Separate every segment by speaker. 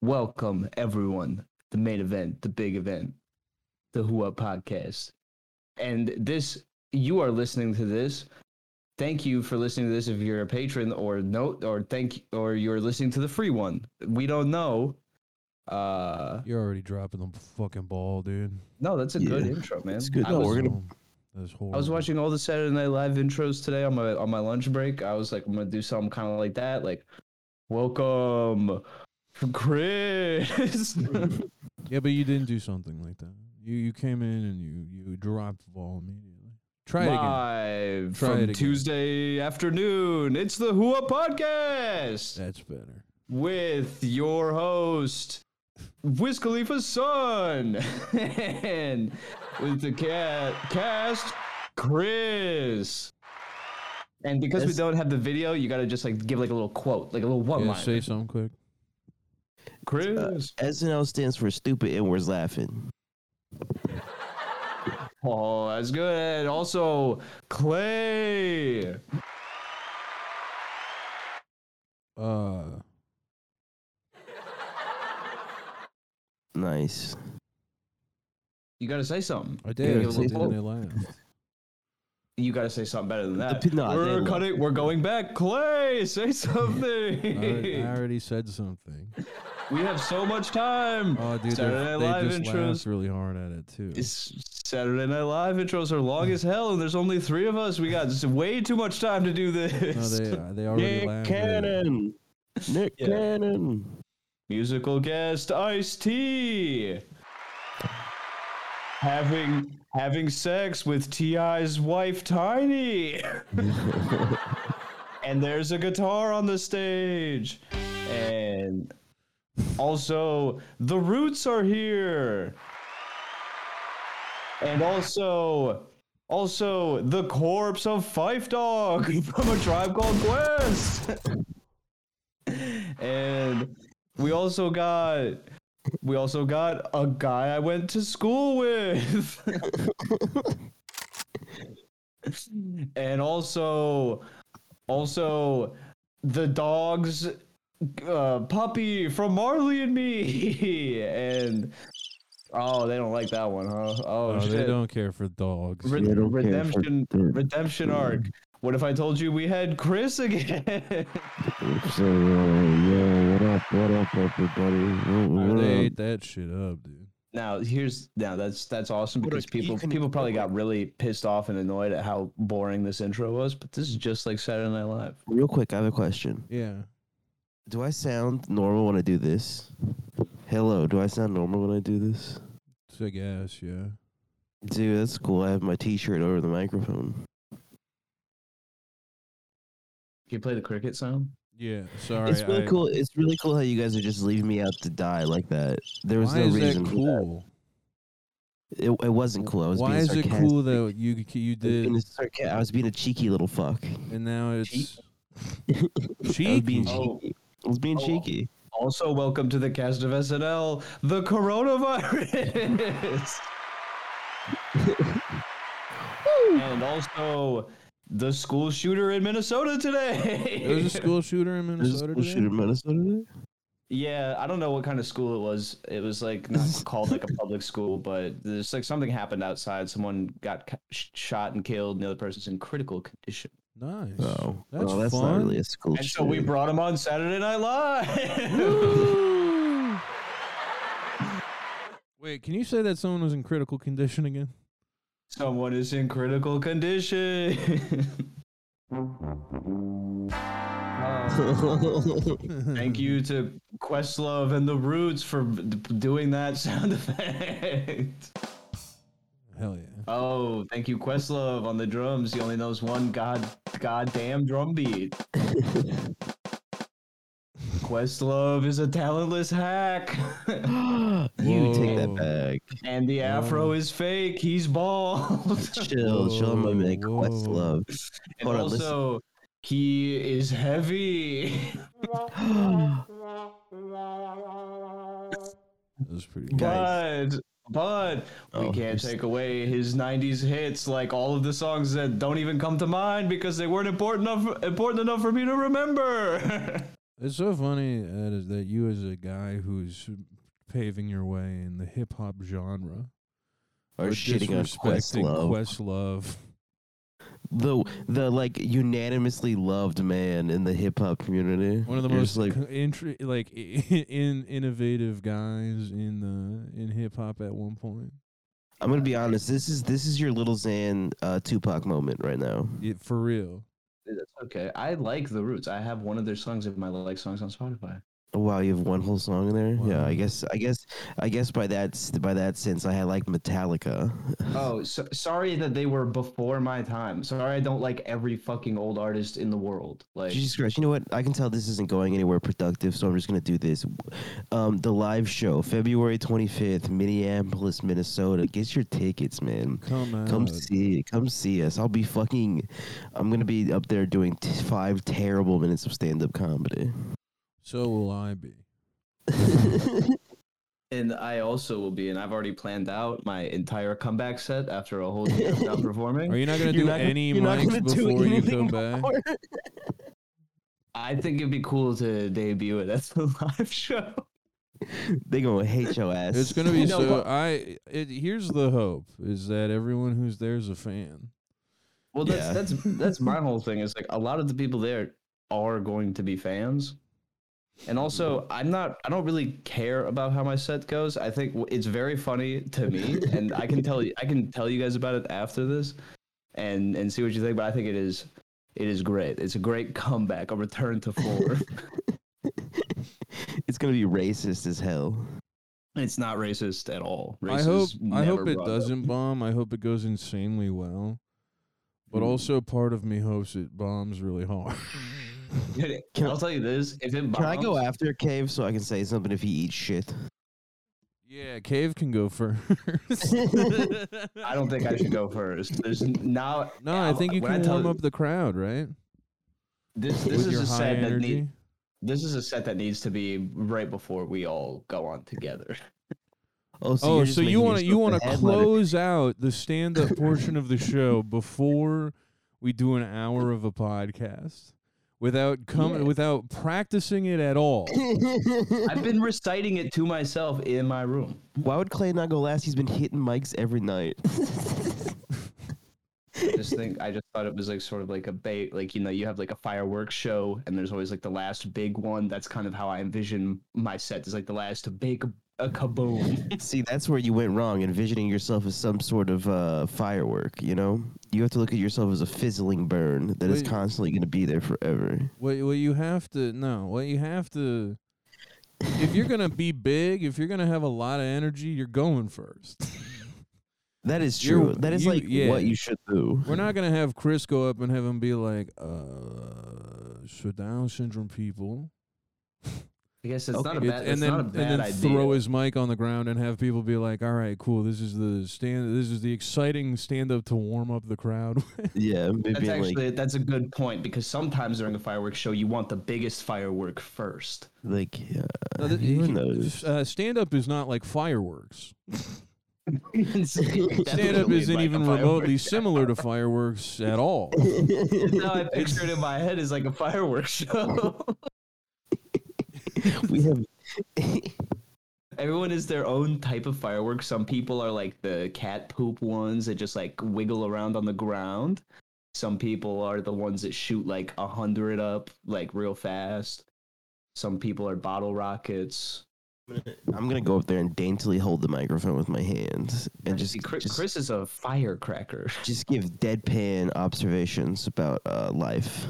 Speaker 1: Welcome, everyone. The main event, the big event, the Who Up podcast. And this, you are listening to this. Thank you for listening to this if you're a patron or note or thank or you're listening to the free one. We don't know. Uh
Speaker 2: You're already dropping the fucking ball, dude.
Speaker 1: no, that's a good
Speaker 3: Yeah,
Speaker 1: intro, man.
Speaker 3: it's good.
Speaker 1: I
Speaker 3: No,
Speaker 1: was-
Speaker 3: we're gonna-
Speaker 2: That's
Speaker 1: I was watching all the Saturday Night Live intros today on my on my lunch break. I was like, I'm gonna do something kind of like that, like "Welcome, Chris."
Speaker 2: Yeah, but you didn't do something like that. You you came in and you you dropped the ball immediately. Try it again.
Speaker 1: Live
Speaker 2: Try
Speaker 1: from
Speaker 2: it again.
Speaker 1: Tuesday afternoon. It's the Whoa Podcast
Speaker 2: That's better.
Speaker 1: with your host, Wiz Khalifa's son, and with the cat cast, Chris. And because we
Speaker 3: That's-
Speaker 1: don't have the video, you gotta just like give like a little quote, like a little one
Speaker 2: Yeah,
Speaker 1: line.
Speaker 2: say something quick.
Speaker 1: Chris.
Speaker 3: SNL stands for stupid and we're laughing.
Speaker 1: Oh, that's good. Also, Clay.
Speaker 2: Uh,
Speaker 3: Nice.
Speaker 1: You gotta say something.
Speaker 2: I
Speaker 3: Yeah,
Speaker 2: did. something
Speaker 3: say
Speaker 2: and
Speaker 3: something.
Speaker 2: they laughed.
Speaker 1: You gotta say something better than that.
Speaker 3: p- no, I
Speaker 1: we're
Speaker 3: didn't.
Speaker 1: cutting. We're going back. Clay, say
Speaker 2: I, already, I
Speaker 1: something.
Speaker 2: already said something.
Speaker 1: we have so much time.
Speaker 2: Oh, dude,
Speaker 1: Saturday
Speaker 2: they're-
Speaker 1: Night
Speaker 2: they
Speaker 1: Live
Speaker 2: just
Speaker 1: intros.
Speaker 2: laughed really hard at it too.
Speaker 1: It's Saturday Night Live intros are long as hell, and there's only three of us. We got s- way too much time to do
Speaker 2: No,
Speaker 1: this.
Speaker 2: they uh, they already laughed. at it.
Speaker 3: Cannon. Nick
Speaker 1: Yeah.
Speaker 3: Cannon.
Speaker 1: Musical guest Ice T. Having having sex with Ti's wife Tiny. and there's a guitar on the stage. And also the Roots are here. And also also the corpse of Fife Dog from a tribe called Quest. and we also got we also got a guy I went to school with. and also also the dog's uh, puppy from Marley and me and oh they don't like that one huh oh,
Speaker 2: Oh,
Speaker 1: shit.
Speaker 2: they don't care for dogs.
Speaker 1: Re-
Speaker 3: They don't care for
Speaker 1: redemption
Speaker 3: that.
Speaker 1: redemption arc what if I told you we had Chris again
Speaker 3: So, uh, yeah, what up, what up, everybody? What- what
Speaker 2: they
Speaker 3: up?
Speaker 2: ate that shit up, dude.
Speaker 1: Now here's now that's that's awesome
Speaker 3: What a
Speaker 1: because people
Speaker 3: geek and-
Speaker 1: people probably got really pissed off and annoyed at how boring this intro was, but
Speaker 3: Mm-hmm.
Speaker 1: this is just like Saturday Night Live.
Speaker 3: Real quick, I have a question.
Speaker 2: Yeah.
Speaker 3: Do I sound normal when I do this? Hello, do I sound normal when I do this?
Speaker 2: It's a gas, yeah.
Speaker 3: Dude, that's cool. I have my T-shirt over the microphone.
Speaker 1: Can you play the cricket sound?
Speaker 2: Yeah. Sorry.
Speaker 3: it's really
Speaker 2: I-
Speaker 3: cool. It's really cool how you guys are just leaving me out to die like that. There was
Speaker 2: Why
Speaker 3: no
Speaker 2: is
Speaker 3: reason.
Speaker 2: that
Speaker 3: for that.
Speaker 2: cool?
Speaker 3: It, it wasn't cool. I was
Speaker 2: Why
Speaker 3: being
Speaker 2: is
Speaker 3: sarcastic.
Speaker 2: it cool that you you
Speaker 3: I was
Speaker 2: did
Speaker 3: being a sarca- I was being a cheeky little fuck.
Speaker 2: and now it's
Speaker 3: I was being
Speaker 2: cheeky?
Speaker 1: Oh.
Speaker 3: cheeky. I was being
Speaker 1: Oh.
Speaker 3: cheeky.
Speaker 1: Also, welcome to the cast of SNL, the coronavirus. and also the school shooter in Minnesota today.
Speaker 2: There was a school shooter in
Speaker 3: There's a
Speaker 2: Minnesota.
Speaker 3: school
Speaker 2: today?
Speaker 3: shooter in Minnesota today?
Speaker 1: Yeah, I don't know what kind of school it was. It was like not called like a public school, but there's like something happened outside. Someone got ca- sh- shot and killed, and the other person's in critical condition.
Speaker 2: Nice.
Speaker 3: Oh,
Speaker 2: That's
Speaker 3: well, that's
Speaker 2: fun.
Speaker 3: not really a school
Speaker 1: And so we
Speaker 3: shooter.
Speaker 1: brought him on Saturday Night Live.
Speaker 2: Woo! Wait, can you say that someone was in critical condition again?
Speaker 1: Someone is in critical condition. Uh, thank you to Questlove and the Roots for d- doing that sound effect.
Speaker 2: Hell yeah.
Speaker 1: Oh, thank you, Questlove, on the drums. He only knows one god goddamn drum beat. Questlove is a talentless hack,
Speaker 3: you take that
Speaker 2: Whoa.
Speaker 3: back.
Speaker 1: and the afro
Speaker 2: Oh.
Speaker 1: is fake. He's bald.
Speaker 3: Chill, chill, my
Speaker 2: Whoa,
Speaker 3: man.
Speaker 2: whoa.
Speaker 3: Quest love.
Speaker 1: and
Speaker 3: Hold on, listen.
Speaker 1: also, he is heavy.
Speaker 2: That was pretty
Speaker 3: Guys.
Speaker 1: But but we
Speaker 3: Oh,
Speaker 1: can't
Speaker 3: there's-
Speaker 1: take away his '90s hits, like all of the songs that don't even come to mind because they weren't important enough important enough for me to remember.
Speaker 2: It's so funny Ed, is that you, as a guy who's paving your way in the hip hop genre,
Speaker 3: Or shitting on
Speaker 2: disrespecting
Speaker 3: Questlove.
Speaker 2: Questlove.
Speaker 3: the the like unanimously loved man in the hip hop community.
Speaker 2: one of the
Speaker 3: You're
Speaker 2: most
Speaker 3: just
Speaker 2: like
Speaker 3: like
Speaker 2: intri- like in innovative guys in the in hip hop at one point.
Speaker 3: I'm gonna be honest. This is this is your little Xan uh, Tupac moment right now.
Speaker 2: It, for real.
Speaker 1: That's okay. I like the Roots. I have one of their songs in my like songs on Spotify.
Speaker 3: Oh, wow, you have one whole song in there. Yeah,
Speaker 2: Wow.
Speaker 3: I guess I guess I guess by that s- by that sense, I had like Metallica.
Speaker 1: Oh, so, sorry that they were before my time. Sorry, I don't like every fucking old artist in the world. Like,
Speaker 3: Jesus Christ! You know what? I can tell this isn't going anywhere productive, so I'm just gonna do this. Um, the live show, February 25th, Minneapolis, Minnesota. Get your tickets, man.
Speaker 2: Come out.
Speaker 3: Come see, come see us. I'll be fucking. I'm gonna be up there doing t- five terrible minutes of stand-up comedy.
Speaker 2: so will I be.
Speaker 1: and I also will be, and I've already planned out my entire comeback set after a whole year of not performing.
Speaker 2: Are you not gonna
Speaker 3: You're
Speaker 2: do
Speaker 3: not gonna-
Speaker 2: any
Speaker 3: you're not gonna
Speaker 2: mics
Speaker 3: do
Speaker 2: before you come
Speaker 3: anything
Speaker 2: back?
Speaker 3: more.
Speaker 1: I think it'd be cool to debut it as a live show.
Speaker 3: they gonna hate your ass.
Speaker 2: It's gonna be
Speaker 1: No,
Speaker 2: so.
Speaker 1: but-
Speaker 2: I it, here's the hope is that everyone who's there is a fan.
Speaker 1: Well, that's
Speaker 3: Yeah.
Speaker 1: that's that's my whole thing. Is like a lot of the people there are going to be fans, and also I'm not. I don't really care about how my set goes. I think w- it's very funny to me, and I can tell you. I can tell you guys about it after this, and and see what you think. But I think it is. It is great. It's a great comeback, a return to form.
Speaker 3: it's gonna be racist as hell.
Speaker 1: it's not racist at all. Race
Speaker 2: I hope
Speaker 1: is
Speaker 2: I
Speaker 1: never
Speaker 2: hope it
Speaker 1: brought up.
Speaker 2: doesn't bomb. I hope it goes insanely well. But
Speaker 3: Hmm.
Speaker 1: Mm.
Speaker 2: also, part of me hopes it bombs really hard.
Speaker 3: Can-
Speaker 1: I'll tell you this: if it bombs,
Speaker 3: Can I go after Cave so I can say something if he eats shit?
Speaker 2: yeah, Cave can go first.
Speaker 1: I don't think I should go first. There's n- now.
Speaker 2: No, I
Speaker 1: I'll-
Speaker 2: think you
Speaker 1: when I
Speaker 2: can
Speaker 1: tell
Speaker 2: warm
Speaker 1: you-
Speaker 2: up the crowd, right?
Speaker 1: This this
Speaker 2: With
Speaker 1: is
Speaker 2: your
Speaker 1: a
Speaker 2: high
Speaker 1: set that needs.
Speaker 2: energy.
Speaker 1: This is a set that needs to be right before we all go on together.
Speaker 3: Oh, so,
Speaker 2: oh,
Speaker 3: you're just
Speaker 2: so you
Speaker 3: making
Speaker 2: want to
Speaker 3: yourself
Speaker 2: you
Speaker 3: the
Speaker 2: want to
Speaker 3: headliner.
Speaker 2: close out the stand up portion of the show before we do an hour of a podcast without coming
Speaker 1: Yeah.
Speaker 2: without practicing it at all.
Speaker 1: I've been reciting it to myself in my room.
Speaker 3: Why would Clay not go last? He's been hitting mics every night.
Speaker 1: I just think I just thought it was like sort of like a bait, like you know, you have like a fireworks show, and there's always like the last big one. That's kind of how I envision my set. Is like the last big a kaboom.
Speaker 3: See, that's where you went wrong, envisioning yourself as some sort of uh, firework. You know, you have to look at yourself as a fizzling burn that is
Speaker 2: Wait.
Speaker 3: constantly going to be there forever.
Speaker 2: What what you have to no, what you have to if you're gonna be big, if you're gonna have a lot of energy, you're going first.
Speaker 3: That is
Speaker 2: You're-
Speaker 3: true. that is
Speaker 2: you-
Speaker 3: like
Speaker 2: yeah.
Speaker 3: what you should do.
Speaker 2: We're not gonna have Chris go up and have him be like, uh, so Down syndrome people.
Speaker 1: I guess it's not a
Speaker 2: It-
Speaker 1: bad. it's
Speaker 2: and then
Speaker 1: not a bad
Speaker 2: and then
Speaker 1: idea.
Speaker 2: throw his mic on the ground and have people be like, "All right, cool. This is the stand. This is the exciting stand up to warm up the crowd."
Speaker 3: Yeah, maybe
Speaker 1: that's
Speaker 3: like
Speaker 1: actually that's a good point because sometimes during a fireworks show, you want the biggest firework first.
Speaker 3: like uh,
Speaker 2: No, th-
Speaker 3: Who
Speaker 2: he-
Speaker 3: knows?
Speaker 2: uh, stand up is not like fireworks. Stand
Speaker 1: Stand
Speaker 2: up isn't even remotely similar to fireworks at all.
Speaker 1: now I picture it in my head as like a fireworks show.
Speaker 3: we have.
Speaker 1: Everyone is their own type of fireworks. Some people are like the cat poop ones that just like wiggle around on the ground. Some people are the ones that shoot like a hundred up like real fast. Some people are bottle rockets.
Speaker 3: I'm gonna go up there and daintily hold the microphone with my hands and just
Speaker 1: See, Chris,
Speaker 3: just,
Speaker 1: Chris is a firecracker.
Speaker 3: just give deadpan observations about uh, life.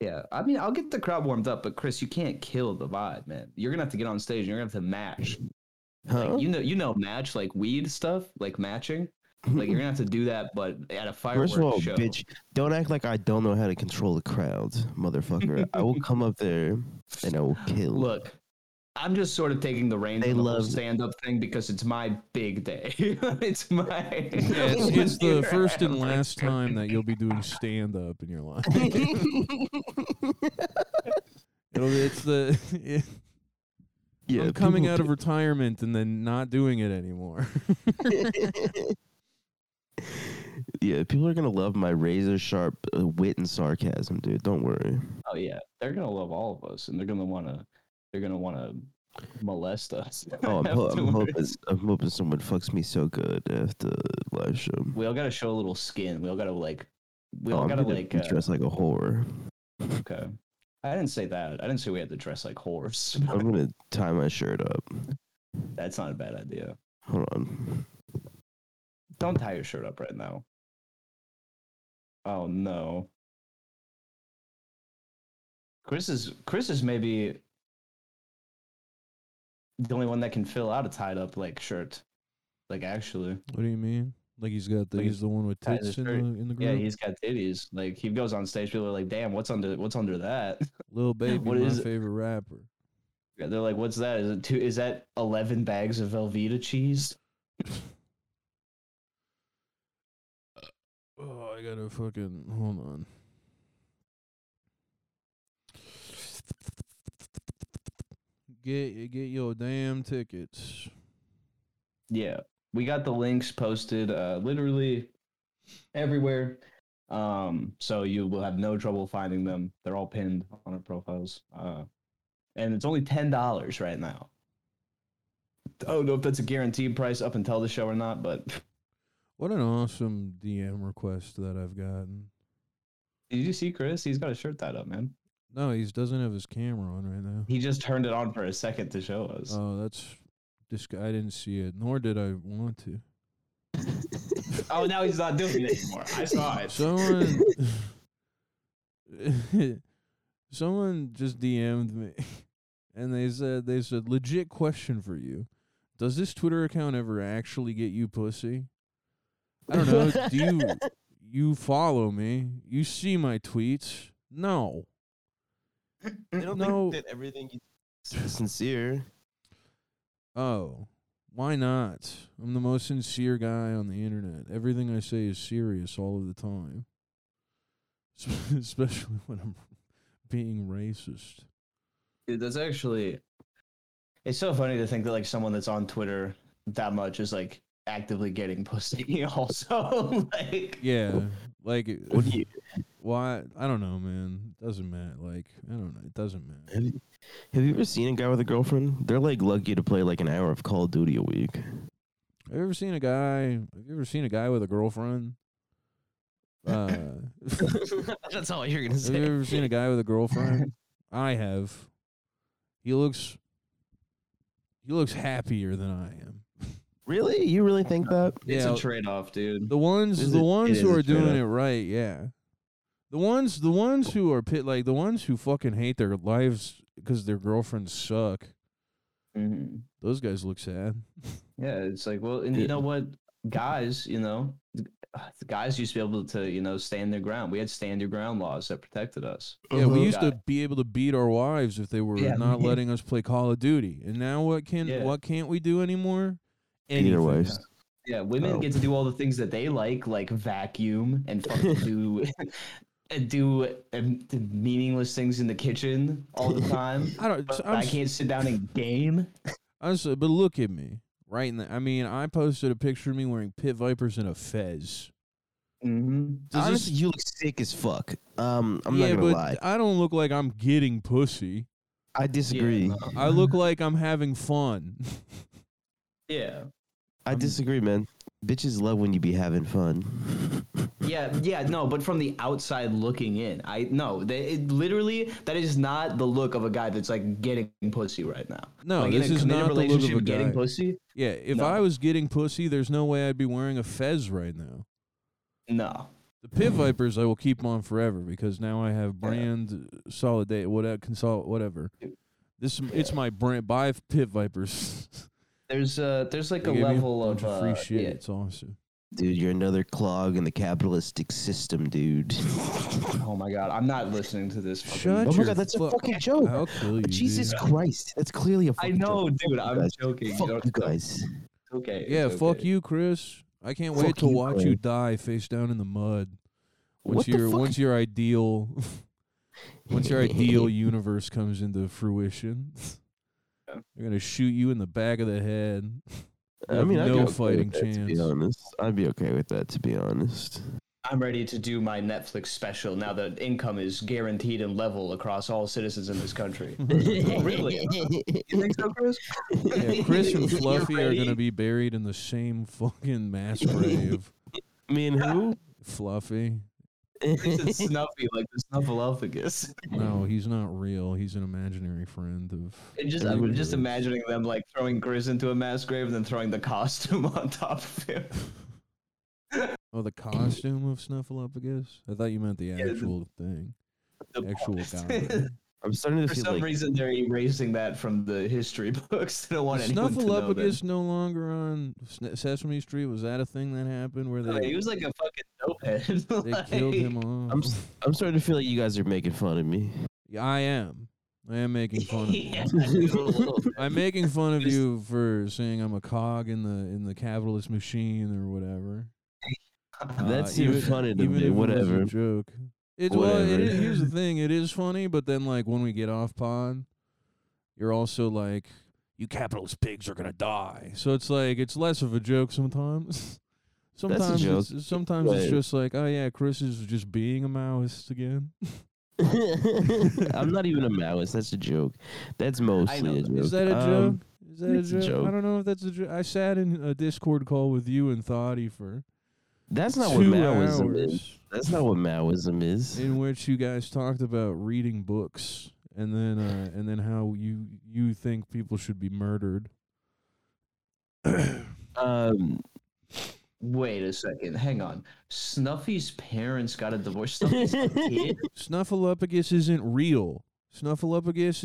Speaker 1: Yeah, I mean, I'll get the crowd warmed up, but Chris, you can't kill the vibe, man. You're gonna have to get on stage. and You're gonna have to match.
Speaker 3: Huh?
Speaker 1: Like, you know, you know, match like weed stuff, like matching. Like you're gonna have to do that, but at a fireworks
Speaker 3: First of all,
Speaker 1: show.
Speaker 3: bitch, don't act like I don't know how to control the crowds, motherfucker. I will come up there and I will kill.
Speaker 1: Look, I'm just sort of taking the reins
Speaker 3: They
Speaker 1: on the whole
Speaker 3: love-
Speaker 1: stand-up thing because it's my big day. it's my.
Speaker 2: Yeah, it's, it's the first and last time that you'll be doing stand up in your life. It'll, it's the
Speaker 3: yeah,
Speaker 2: I'm coming out of retirement and then not doing it anymore.
Speaker 3: of. yeah, people are gonna love my razor sharp uh, wit and sarcasm, dude. Don't worry.
Speaker 1: Oh yeah, they're gonna love all of us, and they're gonna wanna they're gonna wanna molest us.
Speaker 3: Oh, I'm, ho- I'm
Speaker 1: afterwards.
Speaker 3: hoping I'm hoping someone fucks me so good after the live show.
Speaker 1: We all gotta show a little skin. We all gotta like. We
Speaker 3: oh,
Speaker 1: all
Speaker 3: I'm
Speaker 1: gotta
Speaker 3: gonna
Speaker 1: like.
Speaker 3: be
Speaker 1: Uh,
Speaker 3: dressed like a whore.
Speaker 1: okay. I didn't say that. I didn't say we had to dress like whores.
Speaker 3: I'm gonna tie my shirt up.
Speaker 1: That's not a bad idea.
Speaker 3: Hold on.
Speaker 1: Don't tie your shirt up right now. Oh no. Chris is Chris is maybe the only one that can fill out a tied up like shirt. Like actually.
Speaker 2: What do you mean? Like he's got the
Speaker 1: Like
Speaker 2: he's the one with
Speaker 1: tied his
Speaker 2: tits in the,
Speaker 1: shirt.
Speaker 2: in the group.
Speaker 1: Yeah, he's got titties. Like he goes on stage, people are like, "Damn, what's under what's under that?"
Speaker 2: Lil baby,
Speaker 1: what
Speaker 2: my
Speaker 1: is it?
Speaker 2: favorite rapper.
Speaker 1: Yeah, They're like, "What's that? Is it two? Is that eleven bags of Velveeta cheese?"
Speaker 2: Oh, I gotta fucking hold on. Get get your damn tickets.
Speaker 1: Yeah, we got the links posted uh, literally everywhere, um, so you will have no trouble finding them. They're all pinned on our profiles, uh, and it's only ten dollars right now. I don't know if that's a guaranteed price up until the show or not, but
Speaker 2: What an awesome DM request that I've gotten.
Speaker 1: did you see Chris? He's got a shirt tied up, man.
Speaker 2: No, he doesn't have his camera on right now.
Speaker 1: He just turned it on for a second to show us.
Speaker 2: Oh, that's disg- I didn't see it, nor did I want to.
Speaker 1: Oh, now he's not doing it anymore. I saw it.
Speaker 2: Someone, someone just DM'd me, and they said they said legit question for you: Does this Twitter account ever actually get you pussy? I don't know. Do you you follow me? You see my tweets? No.
Speaker 3: I don't
Speaker 2: No.
Speaker 3: think that everything you sincere.
Speaker 2: Oh, why not? I'm the most sincere guy on the internet. Everything I say is serious all of the time, especially when I'm being racist.
Speaker 1: Dude, that's actually it's so funny to think that like someone that's on Twitter that much is like actively getting pussy also like
Speaker 2: Yeah, like
Speaker 3: What do you
Speaker 2: why? I don't know, man. Doesn't matter. Like I don't know. It doesn't matter.
Speaker 3: have? You, have you ever seen a guy with a girlfriend? They're like lucky to play like an hour of Call of Duty a week. Eh.
Speaker 2: Have you ever seen a guy? Have you ever seen a guy with a girlfriend? Uh, have
Speaker 3: That's all you're gonna
Speaker 2: you ever seen a guy with a girlfriend? I have. He looks. He looks happier than I am.
Speaker 3: Really? You really think that?
Speaker 1: it's
Speaker 2: Yeah.
Speaker 1: a trade-off, dude.
Speaker 2: The ones,
Speaker 3: Is
Speaker 2: the
Speaker 3: it-
Speaker 2: ones
Speaker 3: it
Speaker 2: who
Speaker 3: is
Speaker 2: are
Speaker 3: straight
Speaker 2: doing
Speaker 3: up.
Speaker 2: it right, yeah. The ones, the ones who are pit like the ones who fucking hate their lives because their girlfriends suck.
Speaker 1: Mhm.
Speaker 2: Those guys look sad.
Speaker 1: Yeah, it's like well, and you know what, guys, you know, th- uh, guys used to be able to you know stand their ground. We had stand your ground laws that protected us.
Speaker 2: Yeah, we
Speaker 3: Uh-huh.
Speaker 1: Mhm.
Speaker 2: used to be able to beat our wives if they were
Speaker 1: Yeah.
Speaker 2: not letting us play Call of Duty. And now what can
Speaker 1: Yeah.
Speaker 2: what can't we do anymore?
Speaker 3: Either
Speaker 2: Anything.
Speaker 3: way.
Speaker 1: Yeah, women
Speaker 3: Oh.
Speaker 1: get to do all the things that they like, like vacuum and fucking do and do um, meaningless things in the kitchen all the time.
Speaker 2: I don't
Speaker 1: But
Speaker 2: I'm,
Speaker 1: I
Speaker 2: s-
Speaker 1: can't sit down and game.
Speaker 2: honestly, but look at me. Right now, I mean, I posted a picture of me wearing pit vipers and a fez.
Speaker 1: Mm-hmm.
Speaker 2: Does this-
Speaker 3: Honestly, you look sick as fuck. Um, I'm
Speaker 2: yeah,
Speaker 3: not gonna
Speaker 2: but
Speaker 3: lie.
Speaker 2: I don't look like I'm getting pussy.
Speaker 3: I disagree.
Speaker 1: no.
Speaker 2: I look like I'm having fun.
Speaker 1: Yeah.
Speaker 3: I disagree, man. Bitches love when you be having fun.
Speaker 1: Yeah, yeah, no, but from the outside looking in, I no, they, it literally that is not the look of a guy that's like getting pussy right now.
Speaker 2: No,
Speaker 1: like
Speaker 2: this
Speaker 1: in a
Speaker 2: is
Speaker 1: committed
Speaker 2: not the look of
Speaker 1: relationship
Speaker 2: a
Speaker 1: getting
Speaker 2: guy.
Speaker 1: pussy.
Speaker 2: yeah, if
Speaker 1: No.
Speaker 2: I was getting pussy, there's no way I'd be wearing a fez right now.
Speaker 1: No,
Speaker 2: The Pit Vipers I will keep on forever because now I have brand solidate whatever consult whatever. This it's my brand buy Pit Vipers.
Speaker 1: there's uh, there's like
Speaker 2: They
Speaker 1: a
Speaker 2: gave me
Speaker 1: level
Speaker 2: bunch
Speaker 1: of uh,
Speaker 2: free shit.
Speaker 1: yeah.
Speaker 2: It's awesome.
Speaker 3: dude, you're another clog in the capitalistic system, dude.
Speaker 1: Oh my god, I'm not listening to this. fucking-
Speaker 2: Shut
Speaker 3: oh my
Speaker 2: your
Speaker 3: god, that's a
Speaker 2: fuck-
Speaker 3: fucking joke.
Speaker 2: I'll kill you.
Speaker 3: Oh, Jesus
Speaker 2: dude.
Speaker 3: Christ, that's clearly a
Speaker 1: I
Speaker 3: fucking
Speaker 1: know,
Speaker 3: joke.
Speaker 1: dude. I'm
Speaker 3: guys.
Speaker 1: joking. You
Speaker 3: Fuck
Speaker 1: don't-
Speaker 3: you guys.
Speaker 1: Okay. it's
Speaker 2: Yeah, fuck
Speaker 1: okay.
Speaker 2: you, Chris. I can't wait
Speaker 3: Fuck
Speaker 2: to
Speaker 3: you,
Speaker 2: watch
Speaker 3: Chris.
Speaker 2: you die face down in the mud. Once
Speaker 3: What the
Speaker 2: your
Speaker 3: fuck?
Speaker 2: once your ideal once your ideal universe comes into fruition. They're gonna shoot you in the back of the head.
Speaker 3: I
Speaker 2: With
Speaker 3: mean, I'd be
Speaker 2: no
Speaker 3: okay
Speaker 2: fighting
Speaker 3: with that, To
Speaker 2: chance.
Speaker 3: be honest, I'd be okay with that. To be honest,
Speaker 1: I'm ready to do my Netflix special now that income is guaranteed and level across all citizens in this country. Oh, really? You think so, Chris?
Speaker 2: Yeah, Chris and
Speaker 3: You're
Speaker 2: Fluffy are
Speaker 3: ready?
Speaker 2: gonna be buried in the same fucking mass grave.
Speaker 3: Me and who?
Speaker 2: Fluffy.
Speaker 1: It's Snuffy, like the Snuffleupagus.
Speaker 2: No, he's not real. He's an imaginary friend of.
Speaker 1: And just, I'm just imagining them like throwing Grizz into a mass grave and then throwing the costume on top of him.
Speaker 2: Oh, the costume of Snuffleupagus. I thought you meant the
Speaker 1: the-
Speaker 2: actual thing,
Speaker 1: The
Speaker 2: actual guy.
Speaker 3: I'm starting to
Speaker 1: For
Speaker 3: feel
Speaker 1: some
Speaker 3: like
Speaker 1: reason, they're erasing that from the history books. They don't want anyone to know that.
Speaker 2: Snuffleupagus no longer on Sn- Sesame Street. Was that a thing that happened where
Speaker 1: Like,
Speaker 2: they
Speaker 1: he was like a fucking dopehead.
Speaker 2: they
Speaker 1: like,
Speaker 2: killed him off?
Speaker 3: I'm s- I'm starting to feel like you guys are making fun of me.
Speaker 2: Yeah, I am. I am making fun of. you.
Speaker 1: Yeah.
Speaker 2: I'm making fun of
Speaker 1: Just-
Speaker 2: you for saying I'm a cog in the in the capitalist machine or whatever.
Speaker 3: That's even funny to me,
Speaker 2: Uh, if it was a
Speaker 3: whatever.
Speaker 2: joke. It's well. It
Speaker 3: Whatever.
Speaker 2: is, here's the thing. It is funny, but then like when we get off pod, you're also like, you capitalist pigs are gonna die. So it's like it's less of a joke sometimes. sometimes
Speaker 3: joke.
Speaker 2: It's, sometimes it's
Speaker 3: Right.
Speaker 2: just like, oh yeah, Chris is just being a Maoist again.
Speaker 3: I'm not even a Maoist. That's a joke. That's mostly a joke.
Speaker 2: Is that a joke?
Speaker 3: Um,
Speaker 2: Is that a
Speaker 3: it's a
Speaker 2: joke? I
Speaker 3: joke.
Speaker 2: don't know if that's a joke. I sat in a Discord call with you and Thoughty for
Speaker 3: that's not
Speaker 2: two
Speaker 3: what Maoism is.
Speaker 2: hours,
Speaker 3: That's not what Maoism is.
Speaker 2: in which you guys talked about reading books and then uh, and then how you you think people should be murdered.
Speaker 3: Um,
Speaker 1: Wait a second. Hang on. Snuffy's parents got a divorce. Snuffy's kid?
Speaker 2: Snuffleupagus isn't real. Snuffleupagus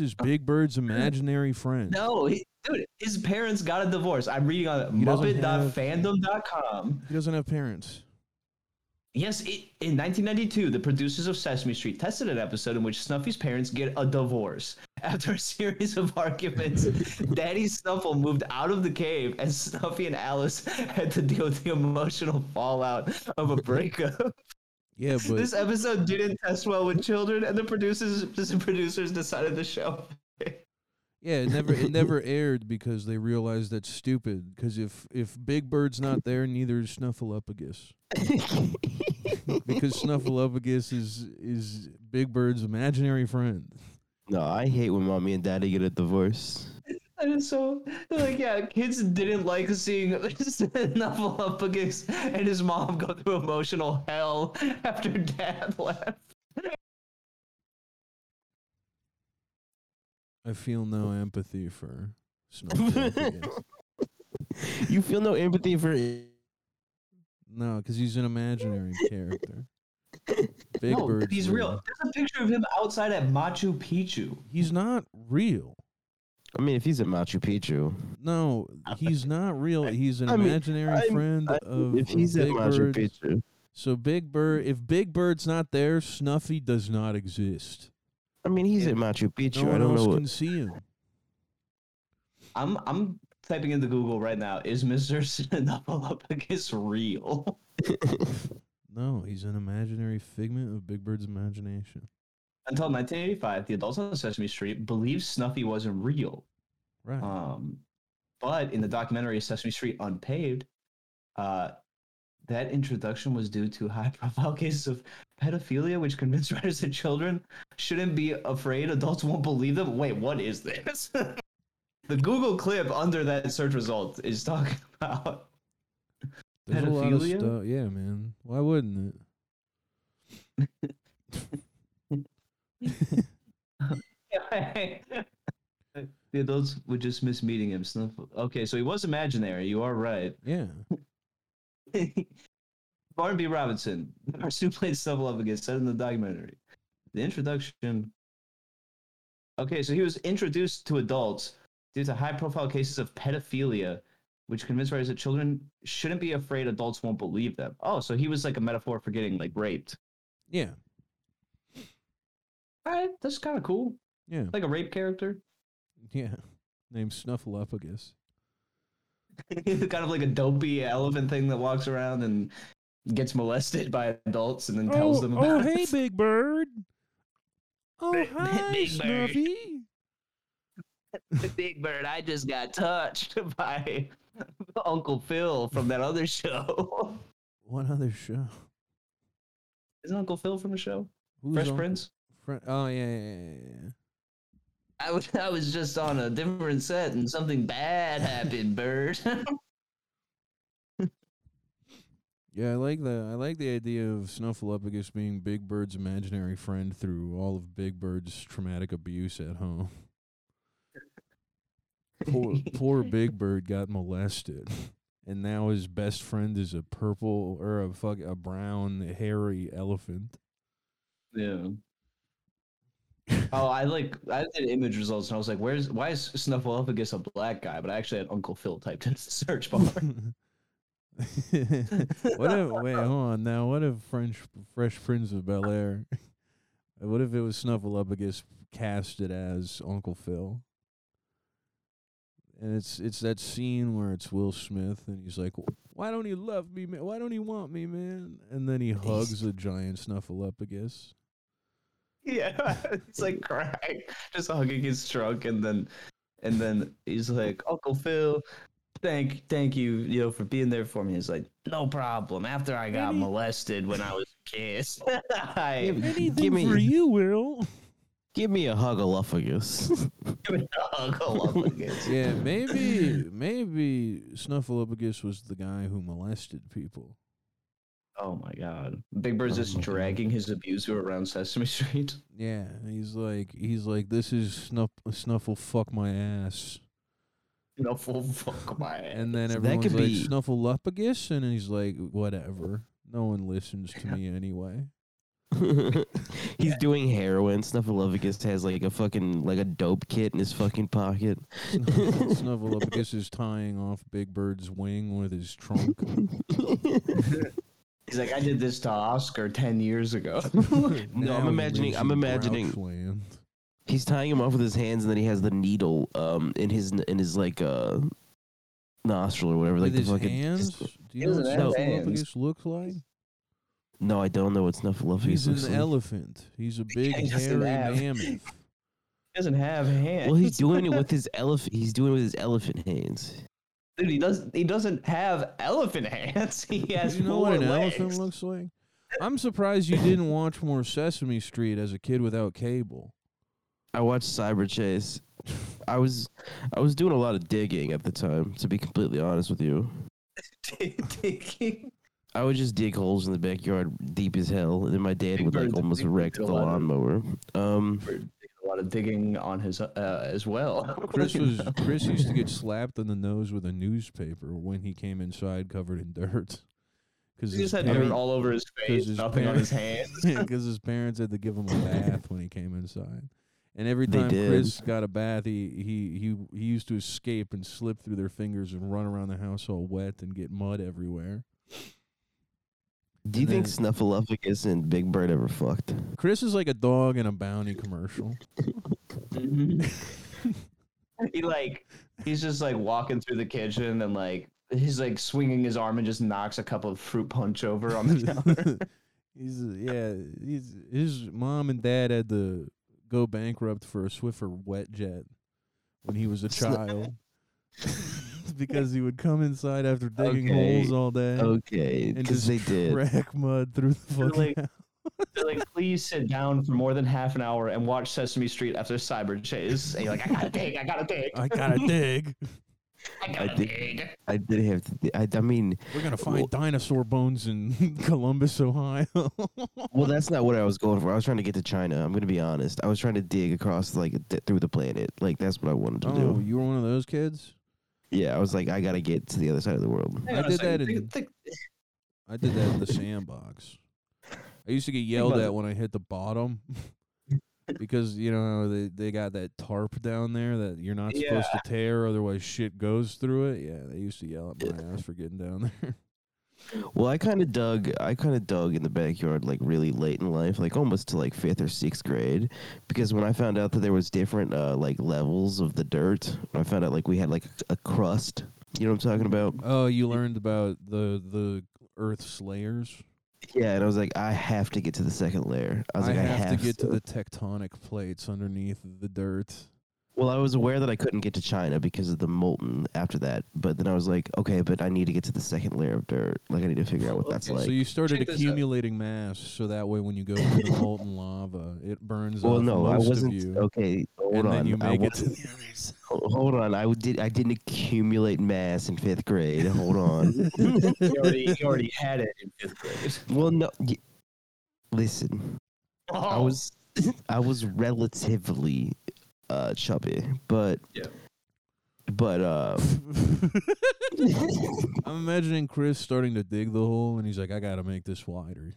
Speaker 2: is Big Bird's imaginary friend.
Speaker 1: No, he, dude, his parents got a divorce. I'm reading on
Speaker 2: He doesn't have-
Speaker 1: Muppet.fandom.com.
Speaker 2: He doesn't have parents.
Speaker 1: Yes, it, in 1992, the producers of Sesame Street tested an episode in which Snuffy's parents get a divorce. After a series of arguments, Daddy Snuffle moved out of the cave, and Snuffy and Alice had to deal with the emotional fallout of a breakup.
Speaker 2: Yeah, but
Speaker 1: this episode didn't test well with children, and the producers the producers decided to show. it.
Speaker 2: Yeah, it never it never aired because they realized that's stupid. Because if if Big Bird's not there, neither is Snuffleupagus. because Snuffleupagus is is Big Bird's imaginary friend.
Speaker 3: no, I hate when mommy and daddy get a divorce.
Speaker 1: And it's so like yeah, kids didn't like seeing Snuffleupagus and his mom go through emotional hell after dad left.
Speaker 2: I feel no empathy for Snuffleupagus.
Speaker 3: You feel no empathy for.
Speaker 2: no, because he's an imaginary character. Big
Speaker 1: no,
Speaker 2: Bird's
Speaker 1: he's real. There's a picture of him outside at Machu Picchu.
Speaker 2: He's not real.
Speaker 3: I mean, if he's at Machu Picchu,
Speaker 2: No, he's not real. He's an
Speaker 3: I mean,
Speaker 2: imaginary
Speaker 3: I'm-
Speaker 2: friend
Speaker 3: I-
Speaker 2: of
Speaker 3: if he's
Speaker 2: of
Speaker 3: at
Speaker 2: uh, Big
Speaker 3: Machu
Speaker 2: Bird's-
Speaker 3: Picchu,
Speaker 2: So Big Bird, if Big Bird's not there, Snuffy does not exist.
Speaker 3: I mean, he's at Machu
Speaker 2: no
Speaker 3: Picchu. I
Speaker 2: one
Speaker 3: don't
Speaker 2: else
Speaker 3: know. What,
Speaker 2: can see him.
Speaker 1: I'm I'm typing into Google right now. Is Mr. Snuffleupagus real?
Speaker 2: No, he's an imaginary figment of Big Bird's imagination.
Speaker 1: Until 1985, the adults on Sesame Street believed Snuffy wasn't real.
Speaker 2: Right.
Speaker 3: Uh,
Speaker 1: Um, but in the documentary Sesame Street Unpaved, uh, that introduction was due to high profile cases of pedophilia, which convinced writers that children shouldn't be afraid adults won't believe them. Wait, what is this? the Google clip under that search result is talking about.
Speaker 2: There's a lot of
Speaker 1: pedophilia?
Speaker 2: stuff. Yeah, man. Why wouldn't it?
Speaker 1: the adults would just miss meeting him. Snuff- Okay, so he was imaginary. You are right.
Speaker 2: Yeah.
Speaker 1: Barton B. Robinson, the person who played Snuffleupagus, said in the documentary, the introduction. Okay, so he was introduced to adults due to high-profile cases of pedophilia, which convinced writers that children shouldn't be afraid adults won't believe them. Oh, so he was like a metaphor for getting like raped.
Speaker 2: Yeah.
Speaker 1: All right, that's kind of cool,
Speaker 2: Yeah.
Speaker 1: like a rape character,
Speaker 2: Yeah. Named Snuffleupagus.
Speaker 1: kind of like a dopey elephant thing that walks around and gets molested by adults and then tells
Speaker 2: Oh,
Speaker 1: them about it.
Speaker 2: Big Bird. Oh,
Speaker 1: Big- hi, Big Bird. Snuffy.
Speaker 2: Snuffy.
Speaker 1: Big Bird, I just got touched by Uncle Phil from that other show.
Speaker 2: What other show?
Speaker 1: Isn't Uncle Phil from the show?
Speaker 2: Who's
Speaker 1: Fresh
Speaker 2: on-
Speaker 1: Prince.
Speaker 2: Fre- oh yeah, yeah, yeah, yeah.
Speaker 1: I was I was just on a different set and something bad happened, Bird.
Speaker 2: Yeah, I like the I like the idea of Snuffleupagus being Big Bird's imaginary friend through all of Big Bird's traumatic abuse at home. Poor poor Big Bird got molested, and now his best friend is a purple or a fuck a brown hairy elephant.
Speaker 1: yeah. Oh, I like I did image results and I was like, "Where's why is Snuffleupagus a black guy?" But I actually had Uncle Phil typed into the search bar.
Speaker 2: what if wait hold on now? What if French Fresh Prince of Bel Air? What if it was Snuffleupagus casted as Uncle Phil? And it's it's that scene where it's Will Smith and he's like, "Why don't he love me, man? Why don't he want me, man?" And then he hugs a giant Snuffleupagus.
Speaker 1: yeah, it's like crying, just hugging his trunk, and then and then he's like, "Uncle Phil, thank thank you, you know, for being there for me." He's like, "No problem." After I got
Speaker 2: Any-
Speaker 1: molested when I was a kid, I
Speaker 3: Give me-
Speaker 2: Anything for you, Will.
Speaker 3: Give me a hugalophagus.
Speaker 1: Uncle
Speaker 2: yeah, maybe maybe Snuffleupagus was the guy who molested people.
Speaker 1: Oh my god. Big Bird's
Speaker 3: Oh
Speaker 1: just
Speaker 3: my God.
Speaker 1: dragging his abuser around Sesame Street.
Speaker 2: Yeah, he's like he's like this is snuff snuffle fuck my ass,
Speaker 1: Snuffle fuck my ass.
Speaker 2: and then
Speaker 3: So that
Speaker 2: everyone's
Speaker 3: could
Speaker 2: like
Speaker 3: be-
Speaker 2: snuffleupagus, and he's like whatever. No one listens to me anyway.
Speaker 3: He's doing heroin. Snuffleupagus has like a fucking like a dope kit in his fucking pocket.
Speaker 2: Snuff- Snuffleupagus is tying off Big Bird's wing with his trunk.
Speaker 1: He's like, I did this to Oscar ten years ago.
Speaker 2: Now he
Speaker 3: imagining-
Speaker 2: lives
Speaker 3: I'm
Speaker 2: in
Speaker 3: imagining-
Speaker 2: Grouchland.
Speaker 3: He's tying him off with his hands, and then he has the needle um in his in his like uh nostril or whatever. Like
Speaker 2: with his
Speaker 3: the fucking
Speaker 2: hands.
Speaker 3: just-
Speaker 2: Do you
Speaker 1: He
Speaker 2: know what
Speaker 1: doesn't have hands.
Speaker 2: Snuffleupagus looks like?
Speaker 3: no, I don't know what Snuffleupagus
Speaker 2: He's
Speaker 3: looks
Speaker 2: an
Speaker 3: like.
Speaker 2: elephant. He's a big
Speaker 1: He doesn't
Speaker 2: hairy
Speaker 1: have-
Speaker 2: mammoth.
Speaker 1: He doesn't have hands.
Speaker 3: Well, he's doing it with his elephant. He's doing it with his elephant hands.
Speaker 1: Dude, he does he doesn't have elephant hands. He has
Speaker 2: you know
Speaker 1: four
Speaker 2: what an
Speaker 1: legs.
Speaker 2: elephant looks like? I'm surprised you didn't watch more Sesame Street as a kid without cable.
Speaker 3: I watched Cyber Chase. I was I was doing a lot of digging at the time. To be completely honest with you,
Speaker 1: Thinking
Speaker 3: I would just dig holes in the backyard deep as hell, and then my dad
Speaker 1: Big
Speaker 3: would like
Speaker 1: Bird's a
Speaker 3: almost
Speaker 1: big
Speaker 3: wreck the
Speaker 1: deal, I don't-
Speaker 3: lawnmower. Um,
Speaker 1: a lot of digging on his uh, as well.
Speaker 2: Chris
Speaker 1: You
Speaker 2: was
Speaker 1: know?
Speaker 2: Chris used to get slapped on the nose with a newspaper when he came inside covered in dirt. Because
Speaker 1: He
Speaker 2: his,
Speaker 1: just had
Speaker 2: par-
Speaker 1: dirt all over his face,
Speaker 2: his
Speaker 1: nothing on his
Speaker 2: parents-
Speaker 1: hands.
Speaker 2: 'cause his parents had to give him a bath when he came inside. And every
Speaker 3: They
Speaker 2: time
Speaker 3: did.
Speaker 2: Chris got a bath, he, he, he, he used to escape and slip through their fingers and run around the house all wet and get mud everywhere.
Speaker 3: do you
Speaker 2: And
Speaker 3: think Snuffleupagus and Big Bird ever fucked?
Speaker 2: Chris is like a dog in a bounty commercial. Mm-hmm.
Speaker 1: he like he's just like walking through the kitchen and like he's like swinging his arm and just knocks a cup of fruit punch over on the counter.
Speaker 2: he's yeah, he's his mom and dad had to go bankrupt for a Swiffer wet jet when he was a child because he would come inside after digging
Speaker 3: Okay, Oh,
Speaker 2: holes all day
Speaker 3: Okay,
Speaker 2: and
Speaker 3: because
Speaker 2: just
Speaker 3: they did.
Speaker 2: track mud through the
Speaker 1: They're
Speaker 2: fucking.
Speaker 1: like-
Speaker 2: house.
Speaker 1: They're like, please sit down for more than half an hour and watch Sesame Street after Cyber Chase. And you're like, I gotta dig, I gotta dig,
Speaker 2: I gotta dig. Uh,
Speaker 1: I gotta
Speaker 3: I dig.
Speaker 1: dig.
Speaker 3: I did have to. I, I mean,
Speaker 2: We're gonna
Speaker 3: Well-
Speaker 2: find dinosaur bones in Columbus, Ohio.
Speaker 3: well, that's not what I was going for. I was trying to get to China. I'm gonna be honest. I was trying to dig across like th- through the planet. Like that's what I wanted to
Speaker 2: oh,
Speaker 3: do.
Speaker 2: you were one of those kids.
Speaker 3: Yeah, I was like, I gotta get to the other side of the world.
Speaker 1: Hang
Speaker 2: I
Speaker 1: on a
Speaker 2: did
Speaker 1: second.
Speaker 2: that
Speaker 1: Think-
Speaker 2: in-
Speaker 1: think-
Speaker 2: I did that in the sandbox. I used to get yelled
Speaker 1: about
Speaker 2: at
Speaker 1: it.
Speaker 2: when I hit the bottom because you know how they they got that tarp down there that you're not supposed to tear, otherwise shit goes through it. Yeah, they used to yell at my ass for getting down there.
Speaker 3: Well, I kind of dug. I kind of dug in the backyard like really late in life, like almost to like fifth or sixth grade, because when I found out that there was different uh, like levels of the dirt, I found out like we had like a crust. You know what I'm talking about?
Speaker 2: oh, you learned about the the Earth's layers.
Speaker 3: Yeah, and I was like, I have to get to the second layer. I was like, I
Speaker 2: have to get to the tectonic plates underneath the dirt.
Speaker 3: Well, I was aware that I couldn't get to China because of the molten after that, but then I was like, okay, but I need to get to the second layer of dirt. Like, I need to figure out what that's
Speaker 1: Okay,
Speaker 3: like.
Speaker 2: so you started
Speaker 1: check this out.
Speaker 2: accumulating mass, so that way when you go into the molten lava, it burns
Speaker 3: well,
Speaker 2: off
Speaker 3: no, I
Speaker 2: most
Speaker 3: wasn't.
Speaker 2: of you,
Speaker 3: Okay, hold
Speaker 2: and
Speaker 3: on.
Speaker 2: then you
Speaker 3: I
Speaker 2: make it to
Speaker 3: wasn't-
Speaker 2: the other side.
Speaker 3: ho- Hold on. I did. I didn't accumulate mass in fifth grade. Hold on.
Speaker 1: He already, he already had it in fifth grade.
Speaker 3: well, no. y- listen, I
Speaker 1: Oh.
Speaker 3: was, I was relatively uh, chubby, but,
Speaker 1: Yeah.
Speaker 3: but uh,
Speaker 2: I'm imagining Chris starting to dig the hole, and he's like, "I gotta make this wider.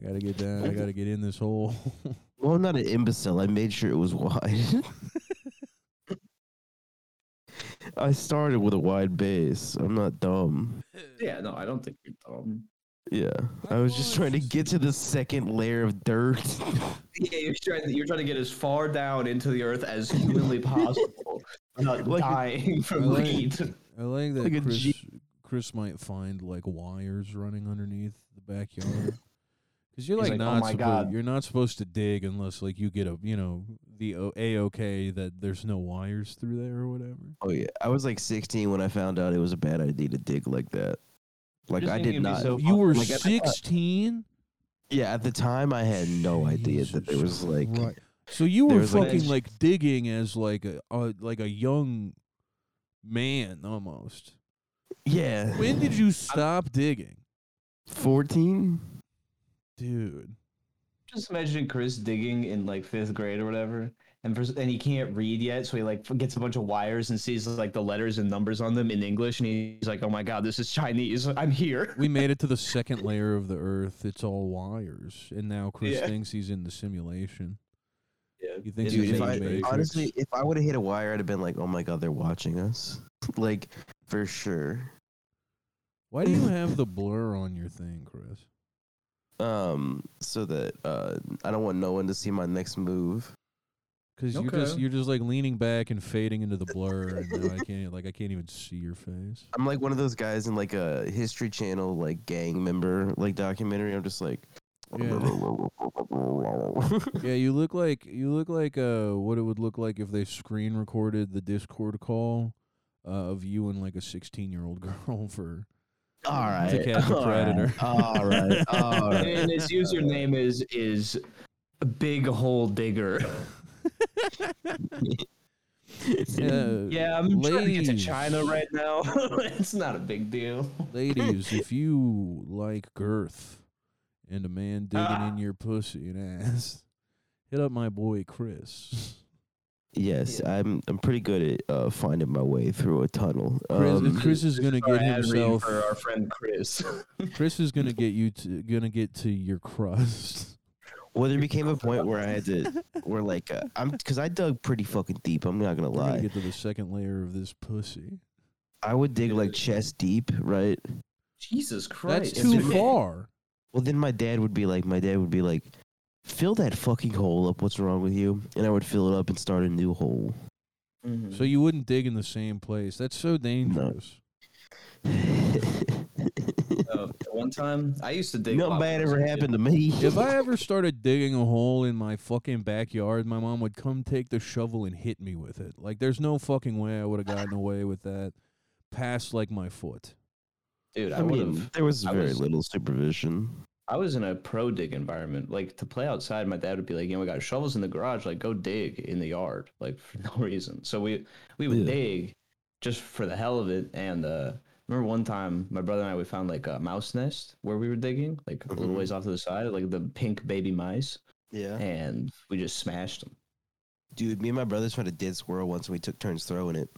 Speaker 2: I gotta get down. I gotta get in this hole."
Speaker 3: Well, I'm not an imbecile. I made sure it was wide. I started with a wide base. I'm not dumb.
Speaker 1: Yeah, no, I don't think you're um, dumb.
Speaker 3: Yeah. I was just trying to get to the second layer of dirt.
Speaker 1: Yeah, you're trying. You're trying to get as far down into the earth as humanly possible, not
Speaker 3: Like a-
Speaker 1: dying from
Speaker 2: Like-
Speaker 1: heat.
Speaker 2: I like that
Speaker 3: Like a
Speaker 2: Chris.
Speaker 3: G-
Speaker 2: Chris might find like wires running underneath the backyard because you're
Speaker 1: He's like,
Speaker 2: like,
Speaker 1: "Oh
Speaker 2: not
Speaker 1: my
Speaker 2: suppo-
Speaker 1: God."
Speaker 2: you're not supposed to dig unless like you get a you know the a okay that there's no wires through there or whatever.
Speaker 3: Oh yeah. I was like 16 when I found out it was a bad idea to dig like that. Like
Speaker 1: Just
Speaker 3: I
Speaker 1: think
Speaker 3: did
Speaker 1: it'd be
Speaker 3: not.
Speaker 1: so-
Speaker 2: You were
Speaker 3: like, I-
Speaker 2: 16.
Speaker 3: yeah, at the time I had no idea that there was like
Speaker 2: Right. So you were
Speaker 3: There's, like-
Speaker 2: fucking like, digging as like a uh, like a young man almost.
Speaker 3: yeah,
Speaker 2: When did you stop digging,
Speaker 3: 14?
Speaker 2: dude?
Speaker 1: Just imagine Chris digging in like fifth grade or whatever, and for, s- and he can't read yet, so he like gets a bunch of wires and sees like the letters and numbers on them in English, and he's like, "Oh my god, this is Chinese. I'm here."
Speaker 2: We made it to the second layer of the Earth. It's all wires, and now Chris
Speaker 1: Yeah.
Speaker 2: thinks he's in the simulation.
Speaker 1: Yeah,
Speaker 2: You think
Speaker 3: Dude,
Speaker 2: Dude,
Speaker 3: if
Speaker 2: in
Speaker 3: I
Speaker 2: the Matrix.
Speaker 3: honestly, if I would have hit a wire, I'd have been like, "Oh my god, they're watching us!" like, for sure.
Speaker 2: Why do you have the blur on your thing, Chris?
Speaker 3: Um, so that uh, I don't want no one to see my next move.
Speaker 2: Because you're just
Speaker 1: Okay.
Speaker 2: you're just like leaning back and fading into the blur, and now I can't like I can't even see your face.
Speaker 3: I'm like one of those guys in like a History Channel like gang member like documentary. I'm just like,
Speaker 2: Yeah, you look like you look like uh what it would look like if they screen recorded the Discord call uh, of you and like a sixteen year old girl for
Speaker 3: all right,
Speaker 2: To catch a
Speaker 3: all
Speaker 2: predator.
Speaker 3: right, all right, all right.
Speaker 1: and his username is is big hole digger.
Speaker 2: uh,
Speaker 1: Yeah, I'm trying to get to
Speaker 2: ladies.
Speaker 1: China right now. it's not a big deal.
Speaker 2: ladies, if you like girth and a man digging
Speaker 1: Ah.
Speaker 2: in your pussy and ass, hit up my boy Chris.
Speaker 3: Yes, I'm. I'm pretty good at uh, finding my way through a tunnel.
Speaker 2: Chris,
Speaker 3: Um,
Speaker 2: Chris is gonna
Speaker 1: Our
Speaker 2: get
Speaker 1: ad read
Speaker 2: himself.
Speaker 1: for our friend Chris.
Speaker 2: Chris is gonna get you to gonna get to your crust.
Speaker 3: Well, there became a point where I had to, where like uh, I'm, because I dug pretty fucking deep. I'm not gonna
Speaker 2: We're gonna
Speaker 3: lie.
Speaker 2: get to the second layer of this pussy.
Speaker 3: I would dig like chest deep, right?
Speaker 1: Jesus
Speaker 2: That's
Speaker 1: Christ.
Speaker 2: too far.
Speaker 3: Well, then my dad would be like, my dad would be like, fill that fucking hole up. What's wrong with you? And I would fill it up and start a new hole.
Speaker 1: Mhm.
Speaker 2: So you wouldn't dig in the same place. That's so dangerous.
Speaker 1: Uh, one time, I used to dig.
Speaker 3: Nothing bad
Speaker 1: potholes.
Speaker 3: ever happened to me.
Speaker 2: If I ever started digging a hole in my fucking backyard, my mom would come take the shovel and hit me with it. Like there's no fucking way I would have gotten away with that past like my foot.
Speaker 1: Dude, I,
Speaker 3: I
Speaker 1: would've-
Speaker 3: mean, there was
Speaker 1: I
Speaker 3: very
Speaker 1: was-
Speaker 3: little supervision.
Speaker 1: I was in a pro dig environment. Like to play outside, my dad would be like, "You know, we got shovels in the garage. Like, go dig in the yard, like for no reason." So we we would
Speaker 3: Yeah.
Speaker 1: dig just for the hell of it. And uh, remember one time, my brother and I we found like a mouse nest where we were digging, like a little
Speaker 3: Mhm.
Speaker 1: ways off to the side, like the pink baby mice,
Speaker 3: Yeah,
Speaker 1: and we just smashed them.
Speaker 3: dude. Me and my brothers found a dead squirrel once, and we took turns throwing it.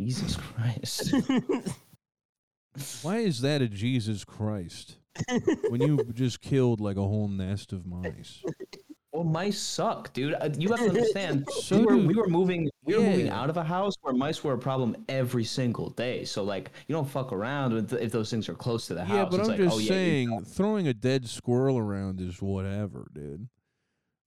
Speaker 1: Jesus Christ!
Speaker 2: Why is that a Jesus Christ? when you just killed like a whole nest of mice.
Speaker 1: Well, mice suck, dude. Uh, You have to understand.
Speaker 2: So
Speaker 1: we, were,
Speaker 2: do-
Speaker 1: we were moving. We were moving
Speaker 2: Yeah.
Speaker 1: out of a house where mice were a problem every single day. So like, you don't fuck around with if those things are close to the house.
Speaker 2: Yeah, but
Speaker 1: It's
Speaker 2: I'm
Speaker 1: like,
Speaker 2: just
Speaker 1: oh, yeah, you-
Speaker 2: saying throwing a dead squirrel around is whatever, dude.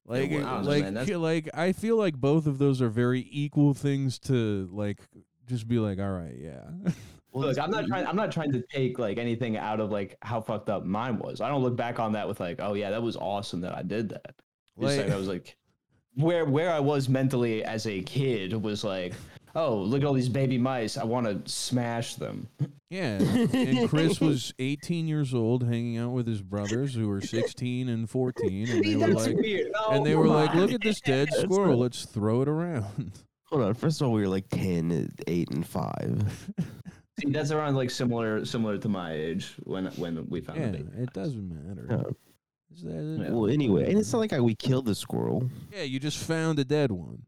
Speaker 2: Like, uh,
Speaker 3: well, I
Speaker 1: don't know,
Speaker 2: like,
Speaker 1: man, that's-
Speaker 2: ki- like, I feel like both of those are very equal things to like. Just be like, all right, yeah.
Speaker 3: Well,
Speaker 1: Look, I'm not trying. I'm not trying to take like anything out of like how fucked up mine was. I don't look back on that with like, oh yeah, that was awesome that I did that. Just like,
Speaker 2: Like-
Speaker 1: I was like, where where I was mentally as a kid was like, oh, look at all these baby mice. I want to smash them.
Speaker 2: Yeah. And Chris was 18 years old hanging out with his brothers who were 16 and 14 and they were
Speaker 1: That's
Speaker 2: like
Speaker 1: weird. Oh,
Speaker 2: and they were
Speaker 1: come
Speaker 2: like
Speaker 1: on.
Speaker 2: look at this dead
Speaker 3: That's
Speaker 2: squirrel,
Speaker 3: cool.
Speaker 2: let's throw it around.
Speaker 3: Hold on. First of all, we were like 10, 8, and 5.
Speaker 1: See, that's around like similar similar to my age when when we found
Speaker 2: yeah,
Speaker 1: the baby.
Speaker 2: it doesn't matter.
Speaker 3: Yeah.
Speaker 2: Is that it?
Speaker 1: Yeah.
Speaker 3: Well, anyway, and it's not like I, we killed the squirrel.
Speaker 2: yeah, you just found a dead one.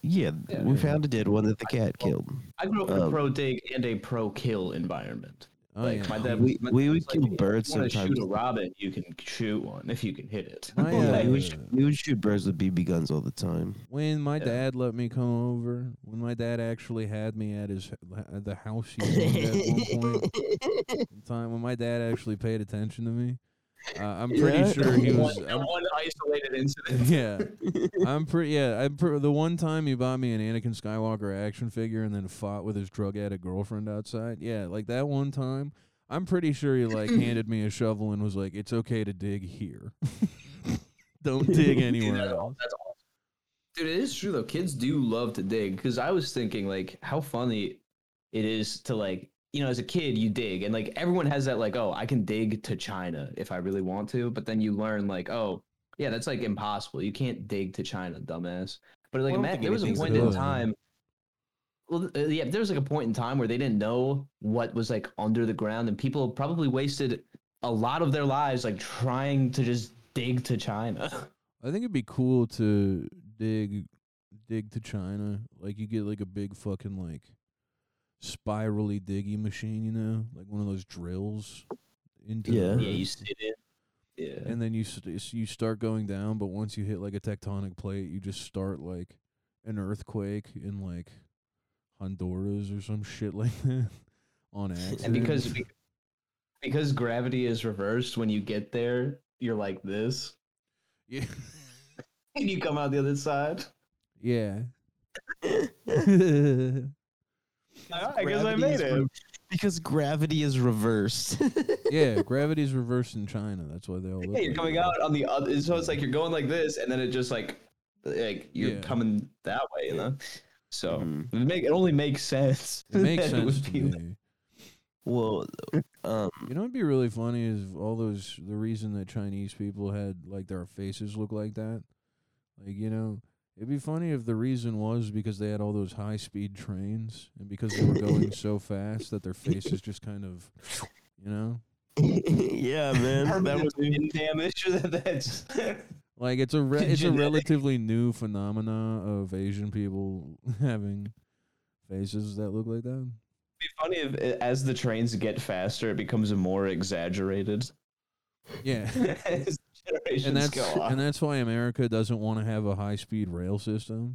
Speaker 3: Yeah,
Speaker 1: Yeah.
Speaker 3: we found a dead one that the cat killed.
Speaker 1: I grew up in a
Speaker 3: Um,
Speaker 1: pro dig and a pro kill environment.
Speaker 2: Oh,
Speaker 1: like
Speaker 2: yeah.
Speaker 1: my dad,
Speaker 3: We-
Speaker 1: my
Speaker 3: we
Speaker 1: dad
Speaker 3: would
Speaker 1: was
Speaker 3: kill
Speaker 1: like,
Speaker 3: birds
Speaker 1: If you want to shoot
Speaker 3: sometimes."
Speaker 1: a robin, you can shoot one if you can hit it.
Speaker 2: My,
Speaker 1: Like,
Speaker 3: Yeah,
Speaker 2: uh,
Speaker 3: we would, sh- we would shoot birds with BB guns all the time.
Speaker 2: when my
Speaker 1: Yeah.
Speaker 2: dad let me come over, when my dad actually had me at his at the house he owned at one point in time, when my dad actually paid attention to me, uh, I'm pretty
Speaker 3: Yeah.
Speaker 2: sure he was.
Speaker 1: one,
Speaker 2: I'm,
Speaker 1: one isolated incident.
Speaker 2: yeah, I'm pretty. Yeah, I'm pr- the one time he bought me an Anakin Skywalker action figure and then fought with his drug addict girlfriend outside. Yeah, like that one time. I'm pretty sure he like handed me a shovel and was like, "It's okay to dig here. Don't dig
Speaker 1: Dude,
Speaker 2: anywhere
Speaker 1: that's
Speaker 2: else."
Speaker 1: aw- that's awesome. Dude, it is true though. Kids do love to dig because I was thinking like how funny it is to like you know as a kid you dig and like everyone has that like oh I can dig to China if I really want to, but then you learn like oh yeah that's like impossible. You can't dig to China, dumbass. But like
Speaker 3: Well, I don't
Speaker 1: imagine
Speaker 3: think
Speaker 1: there was a
Speaker 3: anything's
Speaker 1: point in
Speaker 2: illegal.
Speaker 1: time. Well, uh, yeah, there was like a point in time where they didn't know what was like under the ground, and people probably wasted a lot of their lives like trying to just dig to China.
Speaker 2: I think it'd be cool to dig dig to China. Like you get like a big fucking like spirally diggy machine, you know, like one of those drills into the
Speaker 3: Yeah.
Speaker 1: Yeah, you
Speaker 2: earth,
Speaker 1: sit in. Yeah.
Speaker 2: and then you st- s- you start going down, but once you hit like a tectonic plate, you just start like an earthquake in like Honduras or some shit like that on accident.
Speaker 1: And because because gravity is reversed when you get there, you're like this,
Speaker 2: yeah,
Speaker 1: and you come out the other side.
Speaker 2: yeah.
Speaker 1: I guess I made it.
Speaker 3: Because gravity is reversed.
Speaker 2: yeah, gravity's reversed in China. That's why they all look.
Speaker 1: Yeah, you're
Speaker 2: like
Speaker 1: coming
Speaker 2: that.
Speaker 1: out on the other. So it's like you're going like this, and then it just like like you're
Speaker 2: Yeah. Mm.
Speaker 1: coming that way, you know. So
Speaker 3: Mhm.
Speaker 1: it make it only makes sense.
Speaker 2: It makes
Speaker 1: that it would
Speaker 2: sense to
Speaker 1: be
Speaker 2: me.
Speaker 1: like-
Speaker 3: well, um,
Speaker 2: You know, it'd be really funny is all those the reason that Chinese people had like their faces look like that. Like you know, it'd be funny if the reason was because they had all those high speed trains and because they were going so fast that their faces just kind of, you know,
Speaker 3: yeah, man, that was
Speaker 1: permanent skin damage. That's
Speaker 2: like it's a re- it's a
Speaker 1: Genetic.
Speaker 2: relatively new phenomena of Asian people having faces that look like that.
Speaker 1: be funny if as the trains get faster, it becomes more exaggerated.
Speaker 2: Yeah.
Speaker 1: As generations
Speaker 2: And that's
Speaker 1: go on.
Speaker 2: and that's why America doesn't want to have a high speed rail system.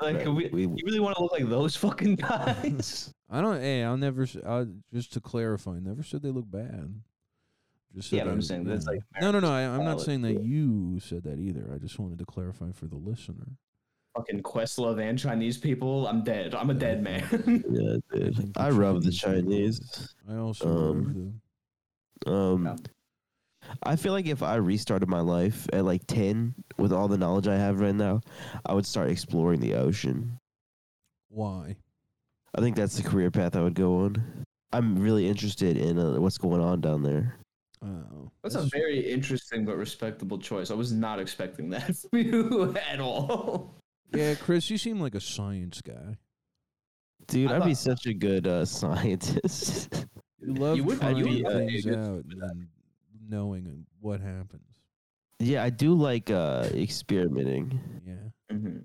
Speaker 1: Like, we,
Speaker 3: We-
Speaker 1: you really want to look like those fucking guys?
Speaker 2: I don't. Hey, I'll never. s- I, just to clarify, never said they look bad. Just said
Speaker 1: Yeah, but I'm
Speaker 2: that-
Speaker 1: saying that's,
Speaker 2: yeah.
Speaker 1: like,
Speaker 2: no, no, no. I, I'm not
Speaker 1: America's
Speaker 2: saying that
Speaker 1: palate.
Speaker 2: you said that either. I just wanted to clarify for the listener.
Speaker 1: fucking Questlove and Chinese people. I'm dead. I'm a dead man.
Speaker 3: yeah, dude. I rubbed the Chinese.
Speaker 2: I also
Speaker 3: Um,
Speaker 2: believe them.
Speaker 1: Yeah.
Speaker 3: Um, I feel like if I restarted my life at like ten with all the knowledge I have right now, I would start exploring the ocean.
Speaker 2: why.
Speaker 3: I think that's the career path I would go on. I'm really interested in uh, what's going on down there.
Speaker 2: Oh,
Speaker 1: That's a very interesting but respectable choice. I was not expecting that from you at all.
Speaker 2: yeah, Chris. You seem like a science guy.
Speaker 3: Dude,
Speaker 1: I
Speaker 3: I'd be
Speaker 1: thought-
Speaker 3: such a good uh, scientist.
Speaker 2: You love
Speaker 1: would- uh,
Speaker 2: trying
Speaker 1: you would probably be
Speaker 2: things
Speaker 1: good
Speaker 2: out
Speaker 1: for
Speaker 2: and
Speaker 1: that.
Speaker 2: then knowing what happens.
Speaker 3: yeah, I do like uh, experimenting,
Speaker 2: Yeah,
Speaker 1: Mhm.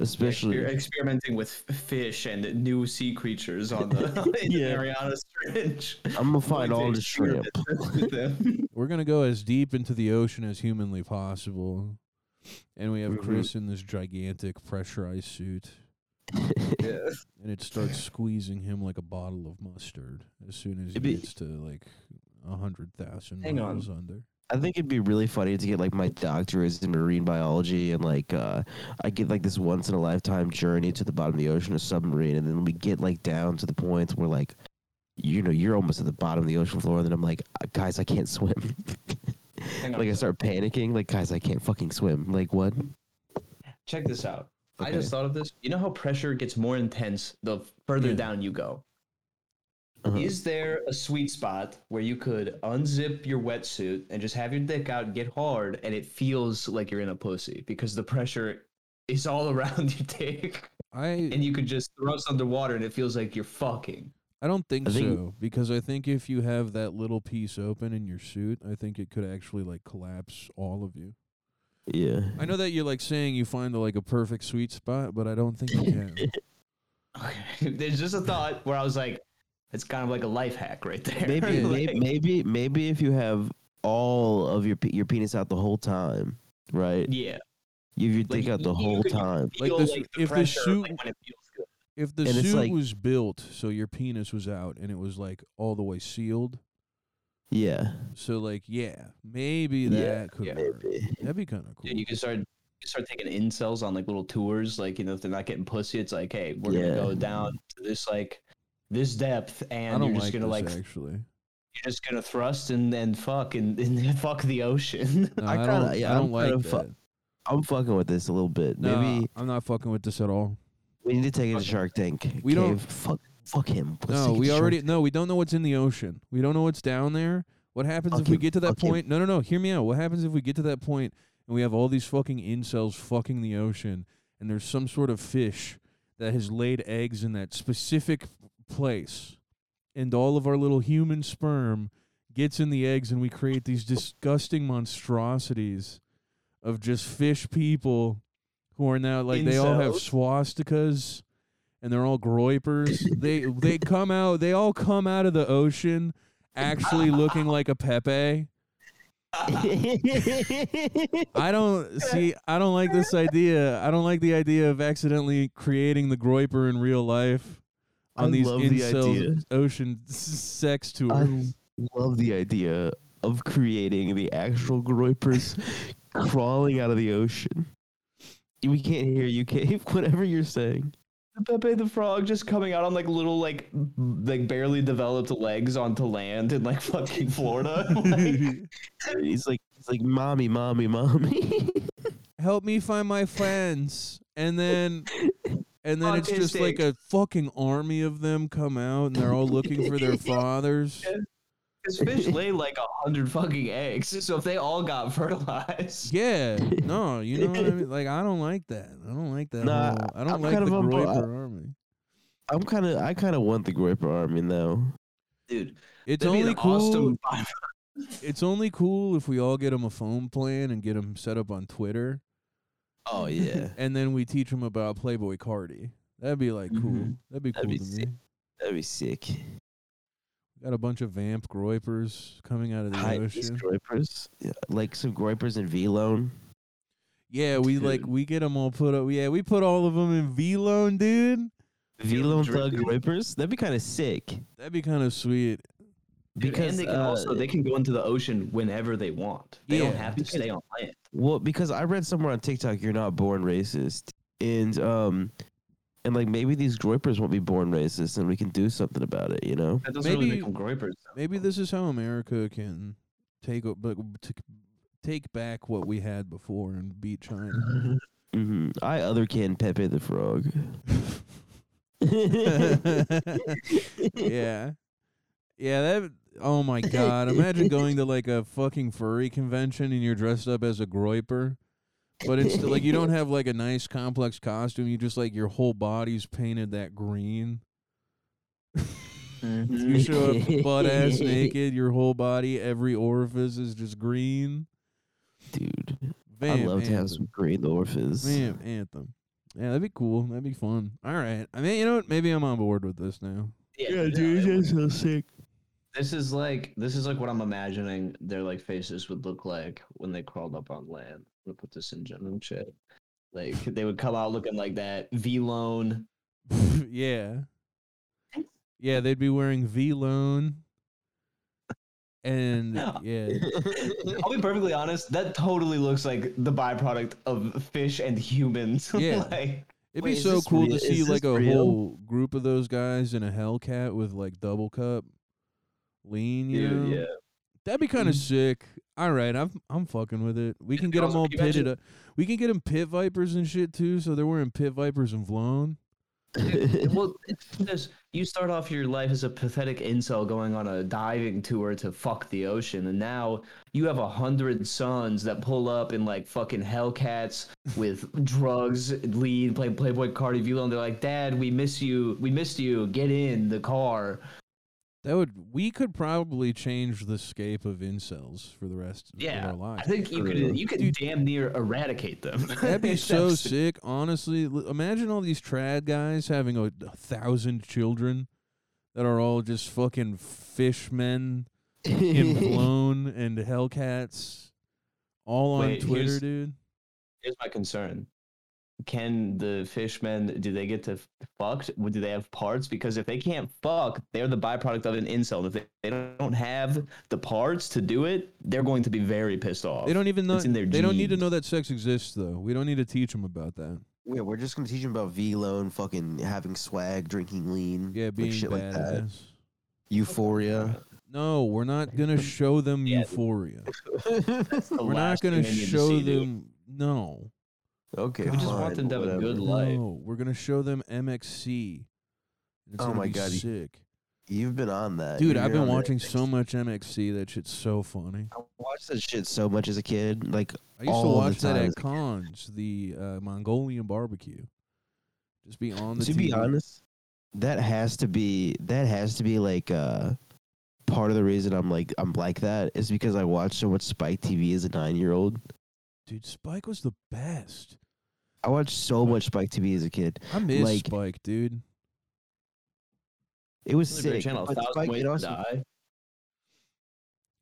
Speaker 3: especially.
Speaker 1: Exper- experimenting with f- fish and new sea creatures on the, in
Speaker 3: Yeah.
Speaker 1: the Mariana Trench.
Speaker 3: I'm gonna find
Speaker 1: Like,
Speaker 3: all
Speaker 1: they
Speaker 3: the shrimp.
Speaker 1: experiment with them.
Speaker 2: we're gonna go as deep into the ocean as humanly possible, and we have
Speaker 3: Mhm.
Speaker 1: Mm-hmm.
Speaker 2: Chris in this gigantic pressurized suit.
Speaker 1: yeah.
Speaker 2: and it starts squeezing him like a bottle of mustard as soon as he
Speaker 3: It'd be-
Speaker 2: gets to like a hundred thousand
Speaker 1: Hang on.
Speaker 2: miles under.
Speaker 3: I think it'd be really funny to get like my doctorate in marine biology and like uh, I get like this once in a lifetime journey to the bottom of the ocean, a submarine, and then we get like down to the point where like, you know, you're almost at the bottom of the ocean floor, and then I'm like, "Uh, guys, I can't swim.
Speaker 1: Hang on.
Speaker 3: Like I start panicking. Like guys, I can't fucking swim. Like what?
Speaker 1: Check this out. I
Speaker 3: Okay.
Speaker 1: just thought of this. You know how pressure gets more intense the further
Speaker 2: Yeah.
Speaker 1: down you go?
Speaker 3: Uh-huh.
Speaker 1: Is there a sweet spot where you could unzip your wetsuit and just have your dick out, get hard, and it feels like you're in a pussy because the pressure is all around your dick,
Speaker 2: I
Speaker 1: and you could just thrust underwater and it feels like you're fucking.
Speaker 2: I don't think,
Speaker 3: I think-
Speaker 2: so because I think if you have that little piece open in your suit, I think it could actually like collapse all of you.
Speaker 3: Yeah.
Speaker 2: I know that you're like saying you find like a perfect sweet spot, but I don't think you can.
Speaker 1: Okay. There's just a thought where I was like, it's kind of like a life hack right there.
Speaker 3: Maybe,
Speaker 1: Like,
Speaker 3: maybe, maybe, maybe if you have all of your pe- your penis out the whole time, right?
Speaker 1: Yeah.
Speaker 3: You have your
Speaker 1: Like,
Speaker 3: dick out the
Speaker 1: you- you
Speaker 3: whole
Speaker 1: could-
Speaker 3: time.
Speaker 2: Like
Speaker 1: Feel
Speaker 2: this-
Speaker 1: the
Speaker 2: if the
Speaker 1: pressure,
Speaker 2: suit-
Speaker 1: like, when it feels good.
Speaker 2: If the
Speaker 3: And it's
Speaker 2: suit
Speaker 3: like-
Speaker 2: was built so your penis was out and it was like all the way sealed,
Speaker 3: Yeah.
Speaker 2: so like yeah, maybe
Speaker 3: Yeah,
Speaker 2: that could
Speaker 1: yeah.
Speaker 2: work.
Speaker 3: Maybe.
Speaker 2: That'd be kind of cool.
Speaker 1: Yeah, you can start you can start taking incels on like little tours. Like you know, if they're not getting pussy, it's like, hey, we're gonna
Speaker 3: Yeah.
Speaker 1: go down to this like this depth,
Speaker 2: I
Speaker 1: and
Speaker 2: don't
Speaker 1: you're just
Speaker 2: like
Speaker 1: gonna
Speaker 2: this
Speaker 1: like
Speaker 2: actually.
Speaker 1: you're just gonna thrust and and fuck and, and fuck the ocean.
Speaker 2: No,
Speaker 3: I
Speaker 2: I,
Speaker 3: kinda-
Speaker 2: don't. I
Speaker 3: yeah, I'm
Speaker 2: don't
Speaker 3: kinda
Speaker 2: like
Speaker 3: fu-
Speaker 2: that.
Speaker 3: I'm fucking with this a little bit.
Speaker 2: No,
Speaker 3: Maybe
Speaker 2: I'm not fucking with this at all.
Speaker 3: we need to take it to
Speaker 1: fucking-
Speaker 3: Shark Tank.
Speaker 2: We don't-
Speaker 3: Cave. Fuck. Fuck him. Let's
Speaker 2: No,
Speaker 3: take it
Speaker 2: we
Speaker 3: to Shark
Speaker 2: already no, we don't know what's in the ocean. We don't know what's down there. What happens if we
Speaker 3: Fucking-
Speaker 2: get to that
Speaker 3: fucking-
Speaker 2: point? No, no, no. Hear me out. What happens if we get to that point and we have all these fucking incels fucking the ocean and there's some sort of fish that has laid eggs in that specific place and all of our little human sperm gets in the eggs and we create these disgusting monstrosities of just fish people who are now like they all have swastikas and they're all groypers. they they come out. They all come out of the ocean, actually looking like a Pepe. I don't see. I don't like this idea. I don't like the idea of accidentally creating the groyper in real life on
Speaker 3: I
Speaker 2: these
Speaker 3: love the
Speaker 2: incel
Speaker 3: idea.
Speaker 2: ocean s- sex tours.
Speaker 3: I love the idea of creating the actual groypers crawling out of the ocean. We can't hear you, Cave. Whatever you're saying.
Speaker 1: Pepe the Frog just coming out on like little like m- like barely developed legs onto land in like fucking Florida. Like,
Speaker 3: He's like, he's like, mommy, mommy, mommy.
Speaker 2: Help me find my friends, and then. And then it's just like a fucking army of them come out and they're all looking for their fathers.
Speaker 1: Because fish lay like a hundred fucking eggs, so if they all got fertilized,
Speaker 2: Yeah, no, you know what I mean. Like, I don't like that. I don't like that.
Speaker 3: Nah,
Speaker 2: whole, I don't
Speaker 3: I'm
Speaker 2: like
Speaker 3: kind
Speaker 2: the
Speaker 3: of on bo-
Speaker 2: Groiper army.
Speaker 3: I'm kind of, I kind of want the groyper army though.
Speaker 1: dude,
Speaker 2: It's
Speaker 1: that'd be
Speaker 2: only
Speaker 1: an
Speaker 2: cool.
Speaker 1: awesome
Speaker 2: It's only cool if we all get him a phone plan and get him set up on Twitter,
Speaker 3: Oh yeah,
Speaker 2: and then we teach him about Playboy Cardi. That'd be like cool.
Speaker 1: Mhm.
Speaker 2: That'd be cool
Speaker 3: Mm-hmm. That'd be
Speaker 2: to
Speaker 3: sick.
Speaker 2: me.
Speaker 3: that'd be sick.
Speaker 2: Got a bunch of vamp groypers coming out of the
Speaker 3: Hi, these
Speaker 2: ocean.
Speaker 3: groypers, yeah, like some groypers in V loan.
Speaker 2: Yeah, we like
Speaker 3: Dude.
Speaker 2: we get them all put up. Yeah, we put all of them in V loan, dude.
Speaker 3: V loan thug groypers. That'd be kind of sick.
Speaker 2: That'd be kind of sweet.
Speaker 1: Dude, and
Speaker 3: Because
Speaker 1: they can
Speaker 3: uh,
Speaker 1: also they can go into the ocean whenever they want. They don't
Speaker 2: Yeah.
Speaker 1: have to stay on land.
Speaker 3: Well, because I read somewhere on TikTok you're not born racist. And um and like maybe these groypers won't be born racist and we can do something about it, you know?
Speaker 1: That doesn't really
Speaker 2: Maybe-
Speaker 1: make them groypers. though.
Speaker 2: Maybe this is how America can take o- but t- take back what we had before and beat China.
Speaker 3: hmm I other can Pepe the Frog.
Speaker 2: Mm-hmm. yeah, yeah. That. Oh my God! Imagine going to like a fucking furry convention and you're dressed up as a groiper, but it's still, like you don't have like a nice complex costume. You just like your whole body's painted that green. You show up butt ass naked. Your whole body, every orifice is just green.
Speaker 3: Dude.
Speaker 2: Bam,
Speaker 3: I love to have
Speaker 2: anthem.
Speaker 3: some green orphans.
Speaker 2: Man, Anthem. Yeah, that'd be cool. That'd be fun. All right. I mean, you know what? Maybe I'm on board with this now.
Speaker 1: no, it
Speaker 3: that's so sick.
Speaker 1: This is like this is like what I'm imagining their like faces would look like when they crawled up on land. I'm gonna put this in general chat. Like they would come out looking like that. V loan.
Speaker 2: yeah. Yeah, they'd be wearing V Lone. And yeah.
Speaker 1: I'll be perfectly honest. That totally looks like the byproduct of fish and humans.
Speaker 2: Yeah.
Speaker 1: like,
Speaker 2: It'd
Speaker 3: Wait,
Speaker 2: be
Speaker 3: is
Speaker 2: so
Speaker 3: this
Speaker 2: cool
Speaker 3: real-
Speaker 2: to
Speaker 3: is
Speaker 2: see
Speaker 3: this
Speaker 2: like a
Speaker 3: real?
Speaker 2: whole group of those guys in a Hellcat with like double cup lean, you
Speaker 1: dude,
Speaker 2: know?
Speaker 1: yeah.
Speaker 2: That'd be kind of sick. All right, I'm I'm fucking with it. We can get them
Speaker 1: also,
Speaker 2: all
Speaker 1: can you imagine-
Speaker 2: pitted up. We can get them pit vipers and shit too, so they're wearing pit vipers and flown.
Speaker 1: well, it's just you start off your life as a pathetic incel going on a diving tour to fuck the ocean, and now you have a hundred sons that pull up in like fucking Hellcats with drugs, lead, play Playboy Cardi Vula, and they're like, "Dad, we miss you. We missed you. Get in the car."
Speaker 2: That would we could probably change the scape of incels for the rest of
Speaker 1: Yeah,
Speaker 2: our lives.
Speaker 1: I think you
Speaker 3: True.
Speaker 1: could you could damn near eradicate them.
Speaker 2: That'd be so sick, honestly. L- Imagine all these trad guys having a, a thousand children that are all just fucking fishmen and blown and Hellcats, all on
Speaker 1: Wait,
Speaker 2: Twitter,
Speaker 1: here's-
Speaker 2: dude.
Speaker 1: Here's my concern. Can the fishmen do they get to f- fucked? Do they have parts? Because if they can't fuck, they're the byproduct of an insult. If they, they don't have the parts to do it, they're going to be very pissed off.
Speaker 2: They don't even know.
Speaker 1: It's in their
Speaker 2: They don't need to
Speaker 1: genes.
Speaker 2: know that sex exists, though. We don't need to teach them about that.
Speaker 3: Yeah, we're just gonna teach him about V loan, fucking having swag, drinking lean,
Speaker 2: Yeah,
Speaker 3: like
Speaker 2: being
Speaker 3: shit like
Speaker 2: badass.
Speaker 3: that. Euphoria.
Speaker 2: No, we're not gonna show them
Speaker 1: Yeah.
Speaker 2: euphoria.
Speaker 1: The
Speaker 2: We're not
Speaker 1: last
Speaker 2: gonna
Speaker 1: thing they need to
Speaker 2: show
Speaker 1: see, dude.
Speaker 2: them. No,
Speaker 3: okay,
Speaker 1: We just want
Speaker 3: fine,
Speaker 1: them to have a
Speaker 3: whatever.
Speaker 1: good life.
Speaker 2: no, we're gonna show them MXC. It's
Speaker 3: Oh
Speaker 2: gonna
Speaker 3: my
Speaker 2: be
Speaker 3: God, you-
Speaker 2: sick.
Speaker 3: You've been on that,
Speaker 2: Dude,
Speaker 3: You've
Speaker 2: I've been
Speaker 3: uh, on that.
Speaker 2: watching so much MXC. That shit's so funny.
Speaker 3: I watched that shit so much as a kid. Like
Speaker 2: I used to
Speaker 3: All the
Speaker 2: watch that
Speaker 3: time.
Speaker 2: at cons, the uh, Mongolian barbecue. Just be on the
Speaker 3: to
Speaker 2: TV.
Speaker 3: be honest, that has to be that has to be like uh part of the reason I'm like I'm like that is because I watched so much Spike TV as a nine year old.
Speaker 2: dude, Spike was the best.
Speaker 3: I watched so much Spike TV as a kid.
Speaker 2: I miss
Speaker 3: Like-
Speaker 2: Spike, dude.
Speaker 3: It was
Speaker 1: Really great
Speaker 3: sick.
Speaker 1: channel,
Speaker 3: but
Speaker 1: Thousand
Speaker 3: Spike,
Speaker 1: Ways
Speaker 3: it
Speaker 1: to
Speaker 3: also-
Speaker 1: Die.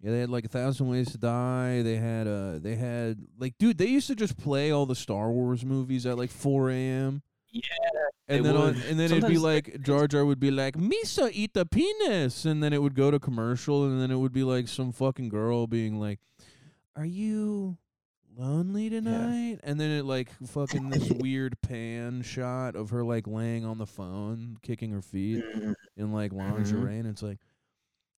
Speaker 2: Yeah, they had like a thousand ways to die. They had uh they had like dude, they used to just play all the Star Wars movies at like four AM.
Speaker 1: Yeah,
Speaker 2: And
Speaker 1: they
Speaker 2: then on,
Speaker 1: would.
Speaker 2: and then it'd be
Speaker 1: Sometimes-
Speaker 2: like Jar Jar would be like, Misa eat the penis and then it would go to commercial and then it would be like some fucking girl being like, Are you lonely tonight? And then it like fucking this weird pan shot of her like laying on the phone, kicking her feet in like lingerie and it's like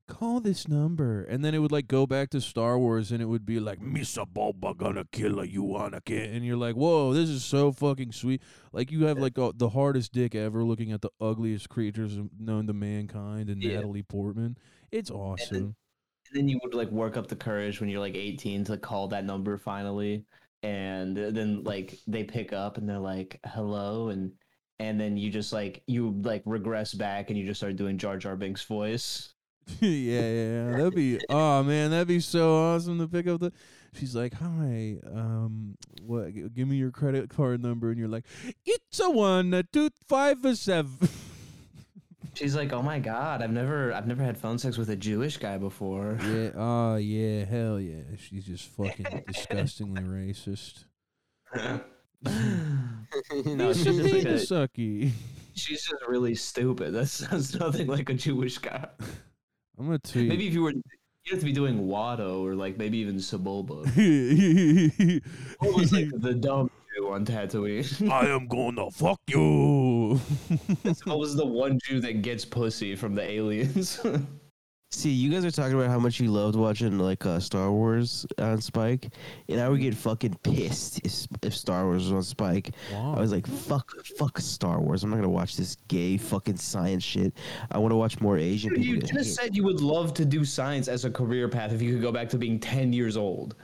Speaker 2: call this number and then it would like go back to star wars and it would be like misa boba gonna kill a you wanna kid and you're like whoa this is so fucking sweet like you have like a, the hardest dick ever looking at the ugliest creatures known to mankind and
Speaker 1: Yeah.
Speaker 2: natalie portman it's awesome
Speaker 1: And then you would like work up the courage when you're like 18 to call that number finally, and then like they pick up and they're like, "Hello," and and then you just like you like regress back and you just start doing Jar Jar Binks voice.
Speaker 2: yeah, yeah, yeah. That'd be oh man, that'd be so awesome to pick up the. She's like, hi, um, what? g- Give me your credit card number, and you're like, it's a one, a two, five, a seven.
Speaker 1: She's like, "Oh my god, I've never, I've never had phone sex with a Jewish guy before."
Speaker 2: yeah, oh yeah, hell yeah. She's just fucking disgustingly racist.
Speaker 1: No,
Speaker 2: Piece
Speaker 1: she's
Speaker 2: of
Speaker 1: just like a-
Speaker 2: penis sucky.
Speaker 1: She's just really stupid. That sounds nothing like a Jewish guy.
Speaker 2: I'm gonna tweet.
Speaker 1: Maybe if you were, you'd have to be doing Watto or like maybe even Sebulba. What was like the dumb Jew on Tatooine?
Speaker 2: I am gonna fuck you.
Speaker 1: what was the one Jew that gets pussy from the aliens?
Speaker 3: See, you guys are talking about how much you loved watching like uh, Star Wars on Spike, and I would get fucking pissed if, if Star Wars was on Spike. I was like, fuck, fuck Star Wars. I'm not gonna watch this gay fucking science shit. I want to watch more Asian people.
Speaker 1: you just
Speaker 3: get hit."
Speaker 1: said you would love to do science as a career path if you could go back to being ten years old.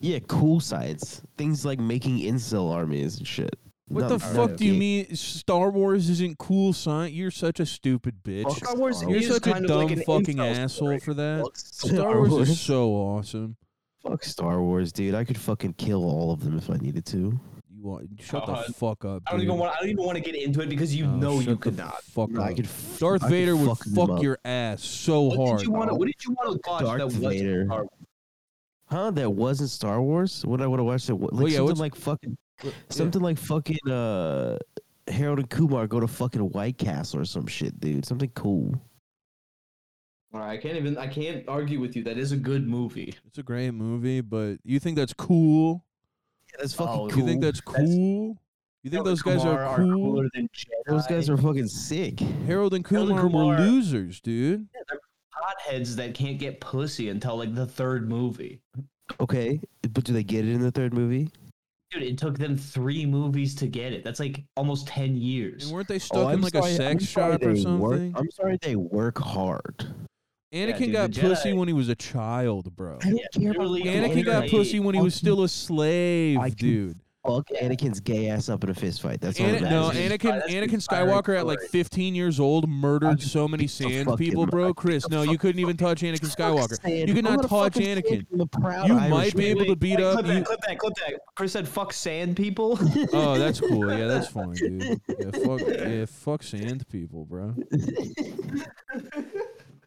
Speaker 3: yeah, cool science. Things like making incel armies and shit.
Speaker 2: What the
Speaker 3: Not
Speaker 2: fuck do you
Speaker 3: gay-
Speaker 2: mean Star Wars isn't cool, son? You're such a stupid bitch.
Speaker 3: Fuck Star Wars
Speaker 2: You're
Speaker 3: is
Speaker 2: such a
Speaker 1: kind of like
Speaker 2: dumb
Speaker 1: an
Speaker 2: fucking
Speaker 1: incel
Speaker 2: asshole
Speaker 1: story.
Speaker 2: for that.
Speaker 3: Fuck
Speaker 2: Star Wars, is so awesome.
Speaker 3: Fuck Star Wars, dude. I could fucking kill all of them if I needed to.
Speaker 2: You want shut the
Speaker 1: God.
Speaker 2: fuck up.
Speaker 1: Uh, I don't
Speaker 2: dude.
Speaker 1: even want. I don't even want to get into it because you
Speaker 2: No,
Speaker 1: know you
Speaker 2: Oh, shut
Speaker 1: could
Speaker 2: the
Speaker 1: not.
Speaker 2: Fuck
Speaker 3: I
Speaker 2: up.
Speaker 3: could. f-
Speaker 2: Darth
Speaker 3: I could
Speaker 2: Vader would
Speaker 3: them
Speaker 2: fuck
Speaker 3: up.
Speaker 2: your ass so
Speaker 1: What
Speaker 2: hard.
Speaker 1: did you want to? What did you want to watch?
Speaker 3: Darth
Speaker 1: that wasn't
Speaker 3: Vader.
Speaker 1: Star Wars?
Speaker 3: Huh? That wasn't Star Wars. What I would have watched it. Like,
Speaker 2: Well, yeah,
Speaker 3: something
Speaker 2: what's-
Speaker 3: like fucking
Speaker 2: Yeah.
Speaker 3: something like fucking uh, Harold and Kumar go to fucking White Castle or some shit, dude. Something cool.
Speaker 1: All right, I can't even. I can't argue with you. That is a good movie.
Speaker 2: It's a great movie, but you think that's cool?
Speaker 3: Yeah, that's
Speaker 1: fucking
Speaker 3: fucking
Speaker 1: Oh,
Speaker 3: cool.
Speaker 2: You think that's
Speaker 1: That's-
Speaker 2: cool? You think those guys are cool?
Speaker 1: than Jedi.
Speaker 3: Those guys are fucking sick.
Speaker 2: Harold and
Speaker 1: Harold and
Speaker 2: Kumar were
Speaker 1: Kumar-
Speaker 2: losers, dude.
Speaker 1: hot hotheads that can't get pussy until like the third movie.
Speaker 3: Okay, but do they get it in the third movie?
Speaker 1: Dude, it took them three movies to get it. That's like almost ten
Speaker 2: And
Speaker 1: years.
Speaker 2: weren't they stuck
Speaker 3: Oh,
Speaker 2: in
Speaker 3: I'm
Speaker 2: like
Speaker 3: sorry-
Speaker 2: a
Speaker 3: I'm
Speaker 2: sex
Speaker 3: sorry
Speaker 2: shop or
Speaker 3: they work-
Speaker 2: something?
Speaker 3: I'm sorry they work hard.
Speaker 1: Yeah,
Speaker 2: Anakin
Speaker 1: dude,
Speaker 2: got
Speaker 1: the
Speaker 2: pussy
Speaker 1: Jedi-
Speaker 2: when he was a child, bro.
Speaker 3: I don't care about
Speaker 1: literally
Speaker 3: fucking
Speaker 2: Anakin got
Speaker 1: Anakin-
Speaker 2: pussy when he was still a
Speaker 3: I
Speaker 2: slave,
Speaker 3: can-
Speaker 2: dude.
Speaker 3: Fuck Anakin's gay ass up in a fist fight. That's all.
Speaker 2: Ana-
Speaker 3: that
Speaker 2: no,
Speaker 3: is.
Speaker 1: That's
Speaker 2: Anakin,
Speaker 1: an
Speaker 2: Anakin
Speaker 1: inspiring
Speaker 2: Skywalker at like
Speaker 1: story.
Speaker 2: 15 years old murdered
Speaker 3: I'm
Speaker 2: so many
Speaker 3: so
Speaker 2: sand
Speaker 3: fucking
Speaker 2: people, bro.
Speaker 3: right.
Speaker 2: Chris, no, you couldn't even touch Anakin Skywalker.
Speaker 3: Sand.
Speaker 2: You could
Speaker 3: I'm
Speaker 2: not
Speaker 3: gonna
Speaker 2: touch
Speaker 3: fucking
Speaker 2: Anakin.
Speaker 3: send him a proud
Speaker 2: You
Speaker 3: Irish
Speaker 2: might be
Speaker 3: man.
Speaker 2: able to beat up.
Speaker 1: Clip that,
Speaker 2: you-
Speaker 1: clip that, clip that. Chris said, "Fuck sand people."
Speaker 2: Oh, that's cool. Yeah, that's fine, dude. Yeah, fuck, yeah, fuck sand people, bro.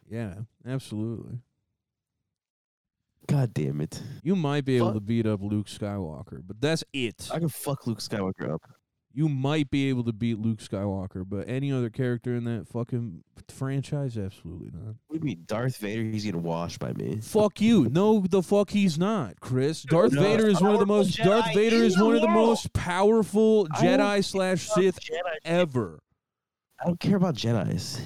Speaker 2: Yeah, absolutely.
Speaker 3: God damn it!
Speaker 2: You might be able
Speaker 3: Fuck.
Speaker 2: to beat up Luke Skywalker, but that's it.
Speaker 3: I can fuck Luke Skywalker up.
Speaker 2: You might be able to beat Luke Skywalker, but any other character in that fucking franchise, absolutely not.
Speaker 3: What do you mean, Darth Vader? He's getting washed by me.
Speaker 2: Fuck you. No, the fuck he's not, Chris. Darth
Speaker 3: no.
Speaker 2: Vader is one of the
Speaker 1: Powerful
Speaker 2: most. Darth
Speaker 1: Jedi
Speaker 2: Vader
Speaker 1: in
Speaker 2: is
Speaker 1: the
Speaker 2: one of the
Speaker 1: world.
Speaker 2: most powerful
Speaker 3: I don't
Speaker 2: Jedi slash Sith ever.
Speaker 3: I don't care about Jedi's.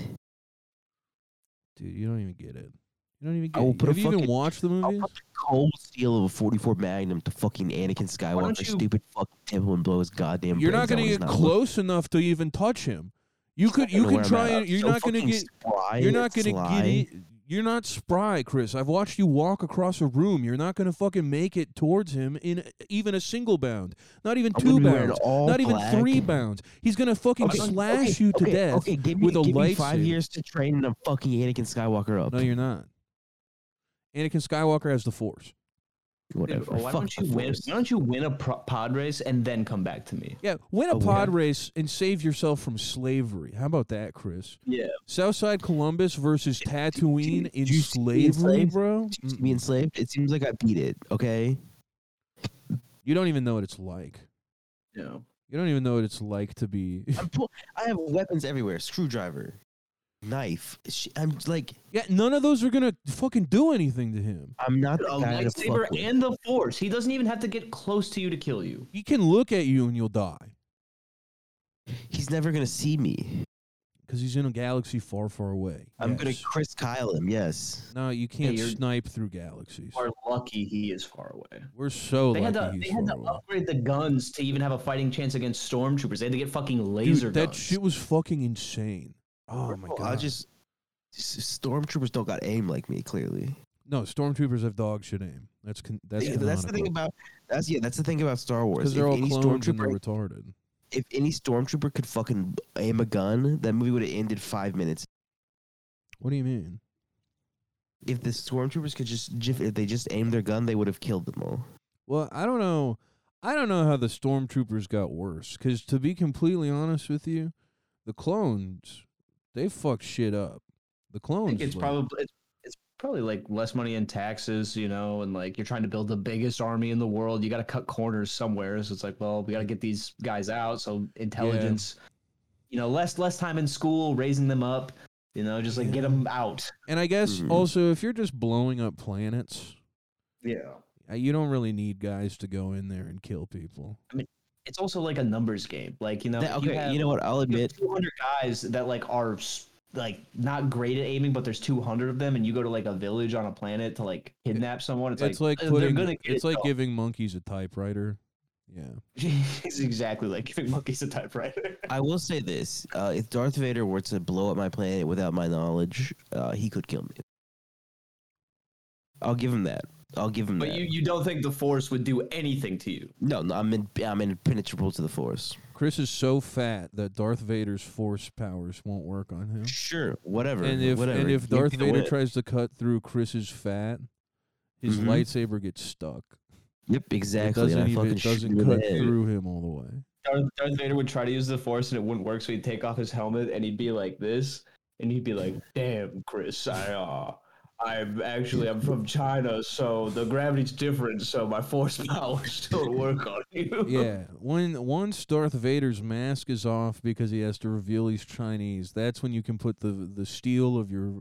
Speaker 2: Dude, you don't even get it. You don't even get
Speaker 3: I will
Speaker 2: it.
Speaker 3: put a
Speaker 2: Have you even
Speaker 3: fucking-
Speaker 2: watched the
Speaker 3: I'll
Speaker 2: movies?
Speaker 3: put the cold steel of a 44 Magnum to fucking Anakin Skywalker's
Speaker 1: you-
Speaker 3: stupid fucking temple and blow his goddamn.
Speaker 2: You're not
Speaker 3: going to
Speaker 2: get close enough to even touch him. You could you could try and you're not going to get you're not going to get it. You're not spry, Chris. I've watched you walk across a room. You're not going to fucking make it towards him in even a single bound. Not even
Speaker 3: I'm
Speaker 2: two
Speaker 3: gonna be wearing
Speaker 2: bounds.
Speaker 3: all
Speaker 2: Not even
Speaker 3: black.
Speaker 2: three bounds. He's going to fucking
Speaker 3: Okay,
Speaker 2: slash
Speaker 3: okay,
Speaker 2: you to
Speaker 3: okay,
Speaker 2: death.
Speaker 3: Okay, give me,
Speaker 2: with a
Speaker 3: give me five
Speaker 2: lightsaber.
Speaker 3: years to train and I'm fucking Anakin Skywalker up.
Speaker 2: No, you're not. Anakin Skywalker has the Force.
Speaker 3: Whatever.
Speaker 1: Dude, why
Speaker 3: Fuck
Speaker 1: don't
Speaker 3: the
Speaker 1: you win?
Speaker 3: Force.
Speaker 1: Why don't you win a pro- pod race and then come back to me?
Speaker 2: Yeah, win a
Speaker 3: Oh,
Speaker 2: pod
Speaker 3: yeah.
Speaker 2: race and save yourself from slavery. How about that, Chris?
Speaker 1: Yeah.
Speaker 2: Southside Columbus versus Tatooine in
Speaker 3: did you see me
Speaker 2: slavery,
Speaker 3: enslaved?
Speaker 2: bro?
Speaker 3: Do you see me enslaved? It seems like I beat it. Okay.
Speaker 2: You don't even know what it's like.
Speaker 1: No.
Speaker 2: You don't even know what it's like to be.
Speaker 3: I'm pull- I have weapons everywhere. Screwdriver, knife. Sh- I'm like,
Speaker 2: yeah, none of those are gonna fucking do anything to him.
Speaker 3: I'm not the
Speaker 1: A
Speaker 3: guy to fuck
Speaker 1: lightsaber
Speaker 3: with.
Speaker 1: and the force. He doesn't even have to get close to you to kill you.
Speaker 2: He can look at you and you'll die
Speaker 3: He's never gonna see me.
Speaker 2: because he's in a galaxy far, far away.
Speaker 3: I'm gonna
Speaker 2: Yes.
Speaker 3: Chris Kyle him. Yes.
Speaker 2: No, you can't
Speaker 1: you're-
Speaker 2: snipe through galaxies.
Speaker 1: Are lucky he is far away.
Speaker 2: We're so
Speaker 1: They had
Speaker 2: lucky
Speaker 1: to
Speaker 2: he's
Speaker 1: they had
Speaker 2: far
Speaker 1: to
Speaker 2: away.
Speaker 1: upgrade the guns to even have a fighting chance against stormtroopers. They had to get fucking
Speaker 2: Dude,
Speaker 1: laser
Speaker 2: that
Speaker 1: guns.
Speaker 2: shit was fucking insane. Oh my
Speaker 3: Bro,
Speaker 2: god!
Speaker 3: I just s- stormtroopers don't got aim like me. Clearly,
Speaker 2: no stormtroopers have dog shit aim. That's con- that's
Speaker 3: Yeah, that's the thing about that's yeah, that's the thing about Star Wars.
Speaker 2: because
Speaker 3: If
Speaker 2: they're all
Speaker 3: any
Speaker 2: clones and they're
Speaker 3: stormtrooper,
Speaker 2: retarded.
Speaker 3: if any stormtrooper could fucking aim a gun, that movie would have ended five minutes.
Speaker 2: What do you mean?
Speaker 3: If the stormtroopers could just jif- if they just aimed their gun, they would have killed them all.
Speaker 2: Well, I don't know. I don't know how the stormtroopers got worse. Because to be completely honest with you, the clones they fuck shit up. The
Speaker 1: I
Speaker 2: clones.
Speaker 1: think it's
Speaker 2: like-
Speaker 1: probably it's, it's probably like less money in taxes, you know, and like you're trying to build the biggest army in the world. You got to cut corners somewhere. So it's like, well, we got to get these guys out. So intelligence, you know, less less time in school, raising them up, you know, just like get them out.
Speaker 2: And I guess
Speaker 3: Mhm.
Speaker 2: also if you're just blowing up planets,
Speaker 1: Yeah.
Speaker 2: uh, you don't really need guys to go in there and kill people.
Speaker 1: It's also like a numbers game. Like, you know,
Speaker 3: That- okay, you,
Speaker 1: have-
Speaker 3: know what? I'll
Speaker 1: you have
Speaker 3: admit,
Speaker 1: 200 guys that like are s- like not great at aiming, but there's 200 of them, and you go to like a village on a planet to like kidnap someone. It's,
Speaker 2: It's, like,
Speaker 1: "Uh, they're
Speaker 2: putting.
Speaker 1: gonna get
Speaker 2: it's
Speaker 1: it
Speaker 2: like
Speaker 1: done."
Speaker 2: giving monkeys a typewriter. Yeah.
Speaker 1: it's exactly like giving monkeys a typewriter.
Speaker 3: I will say this: uh, if Darth Vader were to blow up my planet without my knowledge, uh, he could kill me. I'll give him that. I'll give him
Speaker 1: But
Speaker 3: that.
Speaker 1: you, you don't think the force would do anything to you?
Speaker 3: no, no, I'm in, I'm impenetrable to the Force.
Speaker 2: Chris is so fat that Darth Vader's force powers won't work on him.
Speaker 3: Sure, whatever.
Speaker 2: And if
Speaker 3: whatever.
Speaker 2: and if
Speaker 3: Give
Speaker 2: Darth
Speaker 3: me the
Speaker 2: Vader
Speaker 3: win.
Speaker 2: tries to cut through Chris's fat, his
Speaker 3: Mhm.
Speaker 2: lightsaber gets stuck.
Speaker 3: Yep, exactly.
Speaker 2: It
Speaker 3: And I
Speaker 2: doesn't, even,
Speaker 3: fucking
Speaker 2: it
Speaker 3: shoot
Speaker 2: doesn't
Speaker 3: him in the
Speaker 2: cut
Speaker 3: head.
Speaker 2: through him all the way.
Speaker 1: Darth, Darth Vader would try to use the force and it wouldn't work, so he'd take off his helmet and he'd be like this, and he'd be like, "Damn, Chris, I uh, I'm actually I'm from China, so the gravity's different, so my force powers don't work on you."
Speaker 2: Yeah, when once Darth Vader's mask is off because he has to reveal he's Chinese, that's when you can put the the steel of your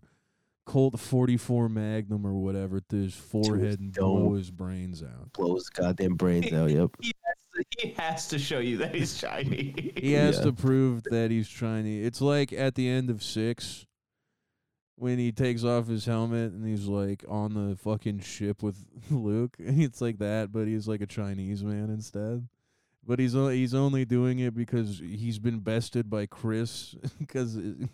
Speaker 2: Colt 44 Magnum or whatever to his forehead and blow
Speaker 3: dome.
Speaker 2: his brains out.
Speaker 3: Blows goddamn brains out. Yep.
Speaker 1: He has, to, he has to show you that he's Chinese.
Speaker 2: He has
Speaker 3: Yeah.
Speaker 2: to prove that he's Chinese. It's like at the end of six, when he takes off his helmet and he's like on the fucking ship with Luke. It's like that, but he's like a Chinese man instead. But he's only, he's only doing it because he's been bested by Chris because
Speaker 3: And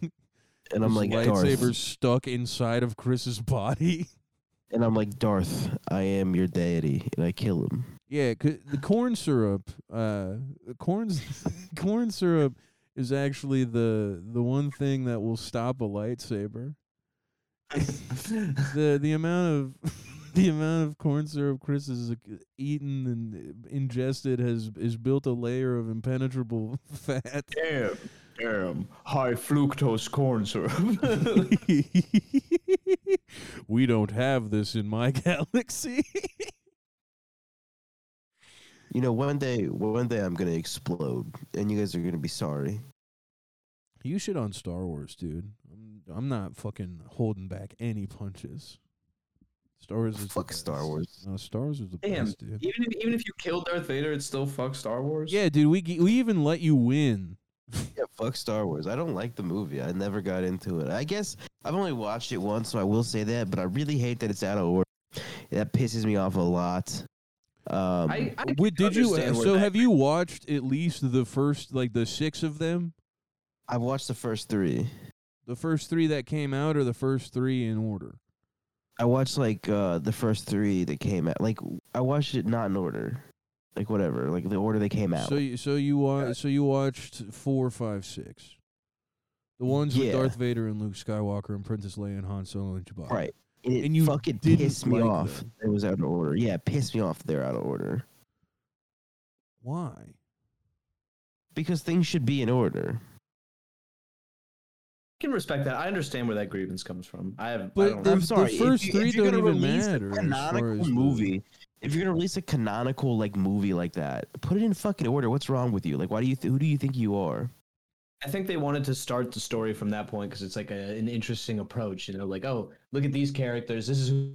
Speaker 3: I'm like
Speaker 2: lightsaber
Speaker 3: Darth.
Speaker 2: stuck inside of Chris's body.
Speaker 3: And I'm like Darth. I am your deity, and I kill him.
Speaker 2: Yeah, 'cause the corn syrup, uh, corn s- corn syrup is actually the the one thing that will stop a lightsaber. the the amount of the amount of corn syrup Chris has ac- eaten and uh, ingested has is built a layer of impenetrable fat.
Speaker 1: Damn, damn, high fructose corn syrup.
Speaker 2: we don't have this in my galaxy.
Speaker 3: You know, one day, one day I'm gonna explode, and you guys are gonna be sorry.
Speaker 2: You shit on Star Wars, dude. I'm, I'm not fucking holding back any punches. Star Wars is the
Speaker 3: Fuck Star
Speaker 2: best.
Speaker 3: Wars.
Speaker 2: No, Star Wars is the
Speaker 1: Damn.
Speaker 2: best, dude.
Speaker 1: even if, even if you killed Darth Vader, it's still fuck Star Wars.
Speaker 2: Yeah, dude. We g- we even let you win.
Speaker 3: Yeah, fuck Star Wars. I don't like the movie. I never got into it. I guess I've only watched it once, so I will say that. But I really hate that it's out of order. That pisses me off a lot. Um,
Speaker 1: I, I
Speaker 2: Wait, did you?
Speaker 1: understand where
Speaker 2: So
Speaker 1: that-
Speaker 2: have you watched at least the first like the six of them?
Speaker 3: I've watched the first three.
Speaker 2: The first three that came out, or the first three in order?
Speaker 3: I watched like uh, the first three that came out. Like I watched it not in order, like whatever, like the order they came out.
Speaker 2: So you so you wa- so you watched four, five, six. The ones
Speaker 3: Yeah.
Speaker 2: with Darth Vader and Luke Skywalker and Princess Leia and Han Solo and Chewbacca.
Speaker 3: right, and it
Speaker 2: And you
Speaker 3: fucking
Speaker 2: didn't
Speaker 3: pissed me
Speaker 2: like
Speaker 3: off.
Speaker 2: them.
Speaker 3: It was out of order. Yeah, it pissed me off. that They're out of order
Speaker 2: Why?
Speaker 3: because things should be in order.
Speaker 1: I can respect that. I understand where that grievance comes from. I have. I
Speaker 2: But
Speaker 1: don't
Speaker 2: the-
Speaker 1: know.
Speaker 3: I'm sorry. if
Speaker 2: first
Speaker 3: you- if
Speaker 2: three
Speaker 3: you're
Speaker 2: don't
Speaker 3: gonna
Speaker 2: even
Speaker 3: release
Speaker 2: matter
Speaker 3: A
Speaker 2: as far
Speaker 3: canonical
Speaker 2: as the-
Speaker 3: movie. If you're gonna release a canonical like movie like that, put it in fucking order. What's wrong with you? Like, why do you? Th- who do you think you are?
Speaker 1: I think they wanted to start the story from that point because it's like a, an interesting approach. You know, like oh, look at these characters. This is who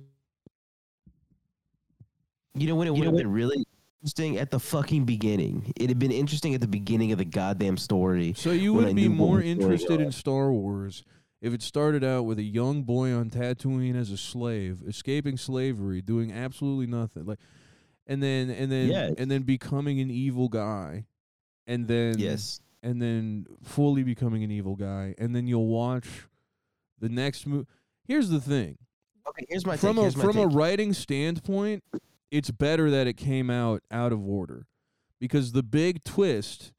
Speaker 3: You know when it would have been really interesting at the fucking beginning. It had been interesting at the beginning of the goddamn story.
Speaker 2: So you
Speaker 3: when
Speaker 2: would
Speaker 3: I
Speaker 2: be
Speaker 3: knew what
Speaker 2: more
Speaker 3: was going
Speaker 2: interested
Speaker 3: on.
Speaker 2: in Star Wars if it started out with a young boy on Tatooine as a slave, escaping slavery, doing absolutely nothing, like, and then and then
Speaker 3: Yes.
Speaker 2: and then becoming an evil guy, and then
Speaker 3: Yes.
Speaker 2: and then fully becoming an evil guy, and then you'll watch the next movie. Here's the thing:
Speaker 3: Okay. Here's my
Speaker 2: from
Speaker 3: take.
Speaker 2: a
Speaker 3: Here's my
Speaker 2: from a
Speaker 3: take.
Speaker 2: writing standpoint, it's better that it came out out of order because the big twist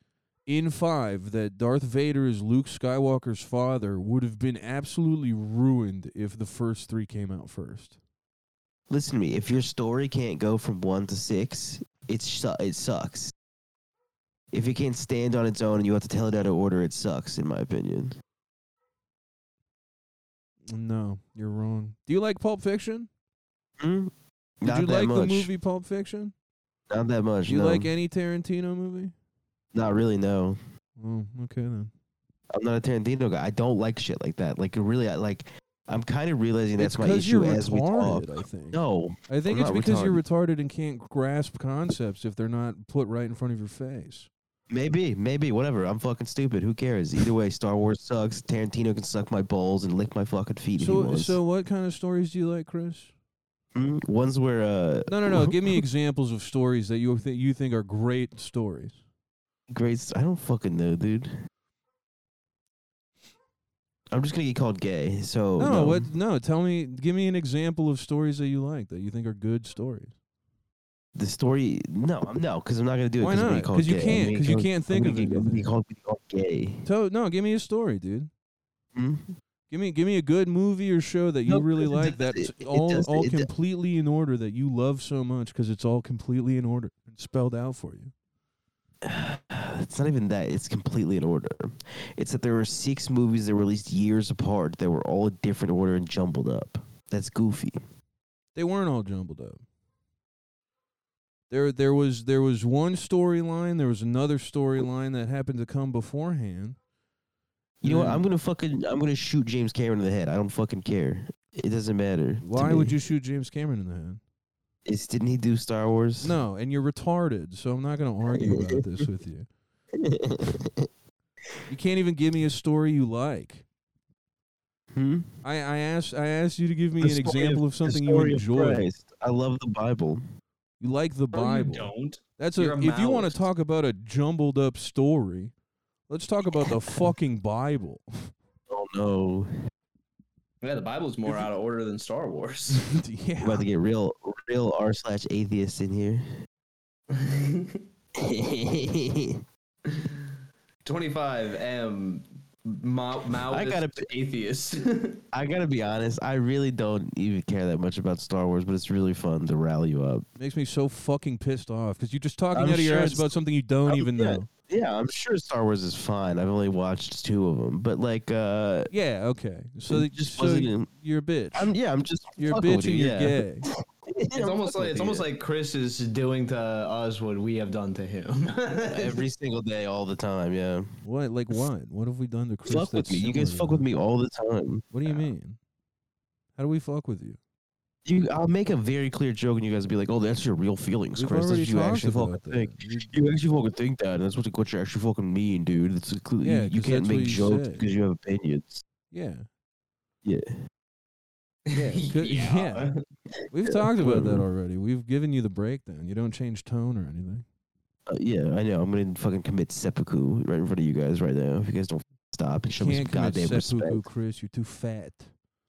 Speaker 2: in 5 that Darth Vader is Luke Skywalker's father would have been absolutely ruined if the first 3 came out first.
Speaker 3: Listen to me. If your story can't go from one to six, it su- it sucks. If it can't stand on its own and you have to tell it out of order, it sucks, in my opinion.
Speaker 2: No, you're wrong. Do you like Pulp Fiction?
Speaker 3: Hmm?
Speaker 2: Did
Speaker 3: Not
Speaker 2: you
Speaker 3: that
Speaker 2: like the
Speaker 3: much.
Speaker 2: movie Pulp Fiction?
Speaker 3: Not that much.
Speaker 2: Do you
Speaker 3: no.
Speaker 2: like any Tarantino movie?
Speaker 3: Not really. No.
Speaker 2: Oh, okay then.
Speaker 3: I'm not a Tarantino guy. I don't like shit like that. Like really, I like. I'm kind of realizing
Speaker 2: it's
Speaker 3: that's my
Speaker 2: because you're
Speaker 3: issue as we talk.
Speaker 2: retarded, I think.
Speaker 3: No,
Speaker 2: I think
Speaker 3: I'm
Speaker 2: it's
Speaker 3: not
Speaker 2: because you're retarded and can't grasp concepts if they're not put right in front of your face.
Speaker 3: maybe, maybe, whatever. I'm fucking stupid. Who cares? Either way, Star Wars sucks. Tarantino can suck my balls and lick my fucking feet if he
Speaker 2: So,
Speaker 3: wants.
Speaker 2: so what kind of stories do you like, Chris?
Speaker 3: Mm, ones where uh,
Speaker 2: No, no, no. Give me examples of stories that you th- you think are great stories.
Speaker 3: great. I don't fucking know, dude. I'm just gonna get called gay. So
Speaker 2: no, what? No, tell me. Give me an example of stories that you like that you think are good stories.
Speaker 3: The story? No, I'm no, because I'm not gonna do it.
Speaker 2: Why
Speaker 3: 'cause I'm gonna
Speaker 2: not?
Speaker 3: get called
Speaker 2: 'Cause you
Speaker 3: gay. I'm
Speaker 2: can't-
Speaker 3: gonna
Speaker 2: 'cause
Speaker 3: get
Speaker 2: you
Speaker 3: called-
Speaker 2: can't think
Speaker 3: I'm
Speaker 2: of
Speaker 3: gonna get- I'm gonna
Speaker 2: anything.
Speaker 3: get called, be called gay.
Speaker 2: So, no, give me a story, dude.
Speaker 3: Hmm?
Speaker 2: Give me give me a good movie or show that you
Speaker 3: No,
Speaker 2: really
Speaker 3: it
Speaker 2: like
Speaker 3: does-
Speaker 2: that's
Speaker 3: it- it
Speaker 2: all
Speaker 3: does-
Speaker 2: all
Speaker 3: it does-
Speaker 2: completely in order that you love so much because it's all completely in order and spelled out for you.
Speaker 3: it's not even that it's completely in order it's that there were six movies that were released years apart that were all in different order and jumbled up that's goofy
Speaker 2: They weren't all jumbled up. There there was there was one storyline, there was another storyline that happened to come beforehand.
Speaker 3: you know what
Speaker 2: Mm.
Speaker 3: i'm gonna fucking i'm gonna shoot james cameron in the head i don't fucking care it doesn't matter to
Speaker 2: Why would
Speaker 3: me.
Speaker 2: you shoot James Cameron in the head?
Speaker 3: it's, didn't he do star wars
Speaker 2: No, and you're retarded, so I'm not going to argue about this with you. You can't even give me a story you like.
Speaker 3: Hmm?
Speaker 2: I, I asked I asked you to give me
Speaker 3: The
Speaker 2: an
Speaker 3: story
Speaker 2: example of,
Speaker 3: The
Speaker 2: something you
Speaker 3: story of
Speaker 2: enjoy.
Speaker 3: Christ. I love the Bible.
Speaker 2: You like the
Speaker 1: No, you
Speaker 2: Bible.
Speaker 1: don't.
Speaker 2: That's a,
Speaker 1: You're a
Speaker 2: if you want
Speaker 1: Maoist.
Speaker 2: to talk about a jumbled up story, let's talk about the fucking Bible.
Speaker 3: Oh no!
Speaker 1: Yeah, the Bible's more out of order than Star Wars.
Speaker 2: yeah.
Speaker 3: about to get real, real r slash atheist in here.
Speaker 1: 25M Ma- Maoist
Speaker 3: I gotta-
Speaker 1: atheist.
Speaker 3: I gotta be honest. I really don't even care that much about Star Wars, but it's really fun to rally you up.
Speaker 2: Makes me so fucking pissed off because you're just talking
Speaker 3: I'm
Speaker 2: out of your
Speaker 3: sure
Speaker 2: ass
Speaker 3: it's-
Speaker 2: about something you don't
Speaker 3: I'm-
Speaker 2: even
Speaker 3: yeah.
Speaker 2: know.
Speaker 3: Yeah, I'm sure Star Wars is fine. I've only watched two of them, but like, uh,
Speaker 2: Yeah, okay. So
Speaker 3: It
Speaker 2: they-
Speaker 3: just
Speaker 2: so
Speaker 3: wasn't in-
Speaker 2: you're a bitch.
Speaker 3: I'm yeah, I'm just
Speaker 2: you're a
Speaker 3: fucking
Speaker 2: bitch
Speaker 3: with
Speaker 2: and
Speaker 3: you,
Speaker 2: you're
Speaker 3: yeah.
Speaker 2: gay.
Speaker 1: it's almost like it's almost like Chris is doing to us what we have done to him.
Speaker 3: every single day, all the time. Yeah,
Speaker 2: What? Like what? What have we done to Chris?
Speaker 3: fuck with
Speaker 2: that's
Speaker 3: me. You guys
Speaker 2: similar to
Speaker 3: fuck with
Speaker 2: that?
Speaker 3: me all the time.
Speaker 2: What do you mean? How do we fuck with you?
Speaker 3: You, I'll make a very clear joke, and you guys will be like, "Oh, that's your real feelings,
Speaker 2: We've
Speaker 3: Chris. That's
Speaker 2: already
Speaker 3: what you
Speaker 2: talked
Speaker 3: actually fucking
Speaker 2: about that.
Speaker 3: think.
Speaker 2: You-
Speaker 3: You actually fucking think that, and that's what, the- what you actually fucking mean, dude. It's a cl-
Speaker 2: Yeah,
Speaker 3: you, you
Speaker 2: 'cause that's
Speaker 3: can't
Speaker 2: what
Speaker 3: make
Speaker 2: you
Speaker 3: jokes
Speaker 2: said.
Speaker 3: because you have opinions.
Speaker 2: Yeah.
Speaker 3: Yeah,
Speaker 2: Yeah. good- yeah. We've
Speaker 3: Yeah,
Speaker 2: talked about that
Speaker 3: whatever.
Speaker 2: already. We've given you the breakdown. You don't change tone or anything.
Speaker 3: uh, yeah, I know. I'm gonna fucking commit seppuku right in front of you guys right now. If you guys don't stop and show me some
Speaker 2: Can't commit
Speaker 3: goddamn respect,
Speaker 2: seppuku, Chris. You're too fat.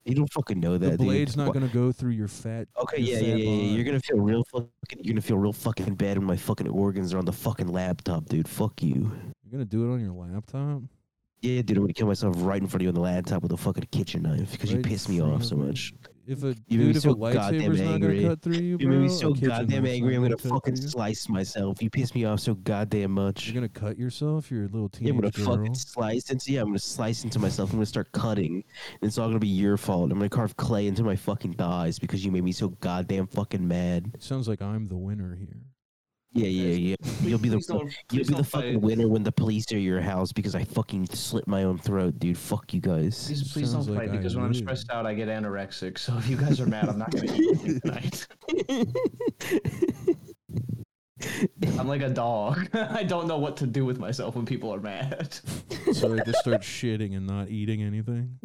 Speaker 3: you don't fucking know that.
Speaker 2: the
Speaker 3: dude.
Speaker 2: blade's not
Speaker 3: Wha-
Speaker 2: gonna go through your fat.
Speaker 3: Okay,
Speaker 2: your
Speaker 3: yeah, yeah,
Speaker 2: fat
Speaker 3: yeah, yeah.
Speaker 2: body.
Speaker 3: You're gonna feel real fucking. You're gonna feel real fucking bad when my fucking organs are on the fucking laptop, dude. Fuck you.
Speaker 2: You're gonna do it on your laptop.
Speaker 3: Yeah, dude. I'm gonna kill myself right in front of you on the laptop with a fucking kitchen knife because you
Speaker 2: Right in
Speaker 3: pissed me
Speaker 2: front
Speaker 3: off
Speaker 2: of
Speaker 3: so
Speaker 2: me.
Speaker 3: much.
Speaker 2: If a
Speaker 3: You made me
Speaker 2: dude, if
Speaker 3: so
Speaker 2: a lightsaber's
Speaker 3: goddamn
Speaker 2: not gonna
Speaker 3: angry.
Speaker 2: cut through you,
Speaker 3: You
Speaker 2: bro,
Speaker 3: made me
Speaker 2: a
Speaker 3: so
Speaker 2: kitchen
Speaker 3: goddamn
Speaker 2: knife's
Speaker 3: angry.
Speaker 2: not
Speaker 3: I'm gonna
Speaker 2: cut through
Speaker 3: fucking
Speaker 2: you.
Speaker 3: slice myself. You pissed me off so goddamn much.
Speaker 2: You're gonna cut yourself. You're a little
Speaker 3: Yeah,
Speaker 2: teenage
Speaker 3: I'm gonna
Speaker 2: girl.
Speaker 3: fucking slice into. Yeah, I'm gonna slice into myself. I'm gonna start cutting. And it's all gonna be your fault. I'm gonna carve clay into my fucking thighs because you made me so goddamn fucking mad.
Speaker 2: It sounds like I'm the winner here.
Speaker 3: Yeah, yeah, yeah. You'll be the
Speaker 1: Please don't-
Speaker 3: You'll
Speaker 1: please
Speaker 3: be the
Speaker 1: don't
Speaker 3: fucking
Speaker 1: fight.
Speaker 3: winner when the police are at your house because I fucking slit my own throat, dude. Fuck you guys.
Speaker 1: Please, please don't
Speaker 2: Sounds like
Speaker 1: fight
Speaker 2: I
Speaker 1: because when I'm
Speaker 2: would.
Speaker 1: stressed out, I get anorexic. So if you guys are mad, I'm not going to eat anything tonight. I'm like a dog. I don't know what to do with myself when people are mad.
Speaker 2: So I just start shitting and not eating anything.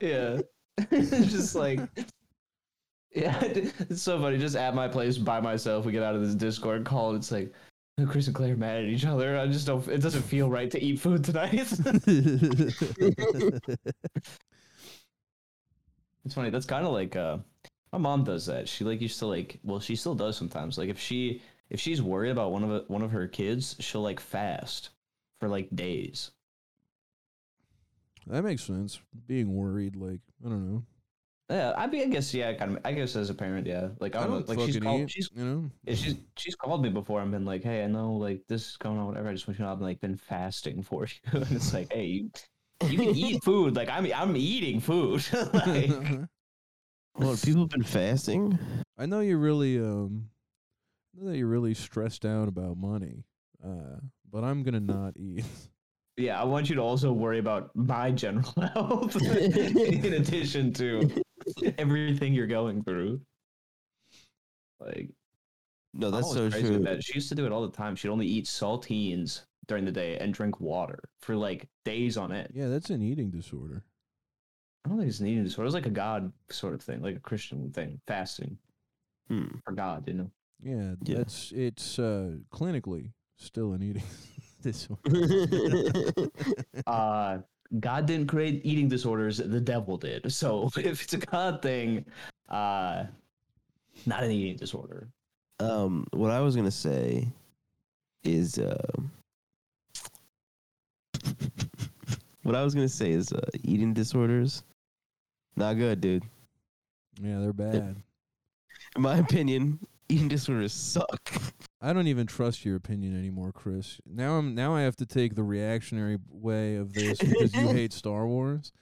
Speaker 1: Yeah. It's just like Yeah, it's so funny. Just at my place by myself, we get out of this Discord call and it's like "Oh, Chris and Claire are mad at each other. I just don't it doesn't feel right to eat food tonight. it's funny, that's kinda like uh my mom does that. She like used to like well, she still does sometimes. Like if she if she's worried about one of a, one of her kids, she'll like fast for like days.
Speaker 2: that makes sense. Being worried, like I don't know.
Speaker 1: Yeah, I mean, I guess yeah, kind of. I guess as a parent, yeah. Like I
Speaker 2: I
Speaker 1: don't,
Speaker 2: don't
Speaker 1: know, like
Speaker 2: fucking
Speaker 1: she's called,
Speaker 2: eat.
Speaker 1: she's
Speaker 2: you know.
Speaker 1: Yeah, she's she's called me before and been like, "Hey, I know like this is going on, whatever. I just want you to know I've like been fasting for you." And it's like, "Hey, you, you can eat food. Like I'm I'm eating fold like,
Speaker 3: Well, people have been fasting.
Speaker 2: I know you're really um I know that you're really stressed out about money. Uh but I'm gonna not eat.
Speaker 1: yeah, I want you to also worry about my general health in addition to everything you're going through. Like
Speaker 3: No,
Speaker 1: I'm
Speaker 3: that's so
Speaker 1: always crazy with
Speaker 3: true.
Speaker 1: That. She used to do it all the time. She'd only eat saltines during the day and drink water for like days on end.
Speaker 2: yeah, that's an eating disorder.
Speaker 1: I don't think it's an eating disorder. It's like a God sort of thing, like a Christian thing, fasting
Speaker 3: Hmm.
Speaker 1: for God, you know.
Speaker 2: Yeah,
Speaker 3: Yeah.
Speaker 2: that's it's uh clinically still an eating disorder.
Speaker 1: Uh, God didn't create eating disorders; the devil did. So if it's a God thing, uh, not an eating disorder.
Speaker 3: um, what I was gonna say is, uh, what I was gonna say is uh, eating disorders. Not good, dude.
Speaker 2: Yeah, they're bad.
Speaker 3: In my opinion, eating disorders suck.
Speaker 2: I don't even trust your opinion anymore, Chris. Now I'm now I have to take the reactionary way of this because you hate Star Wars.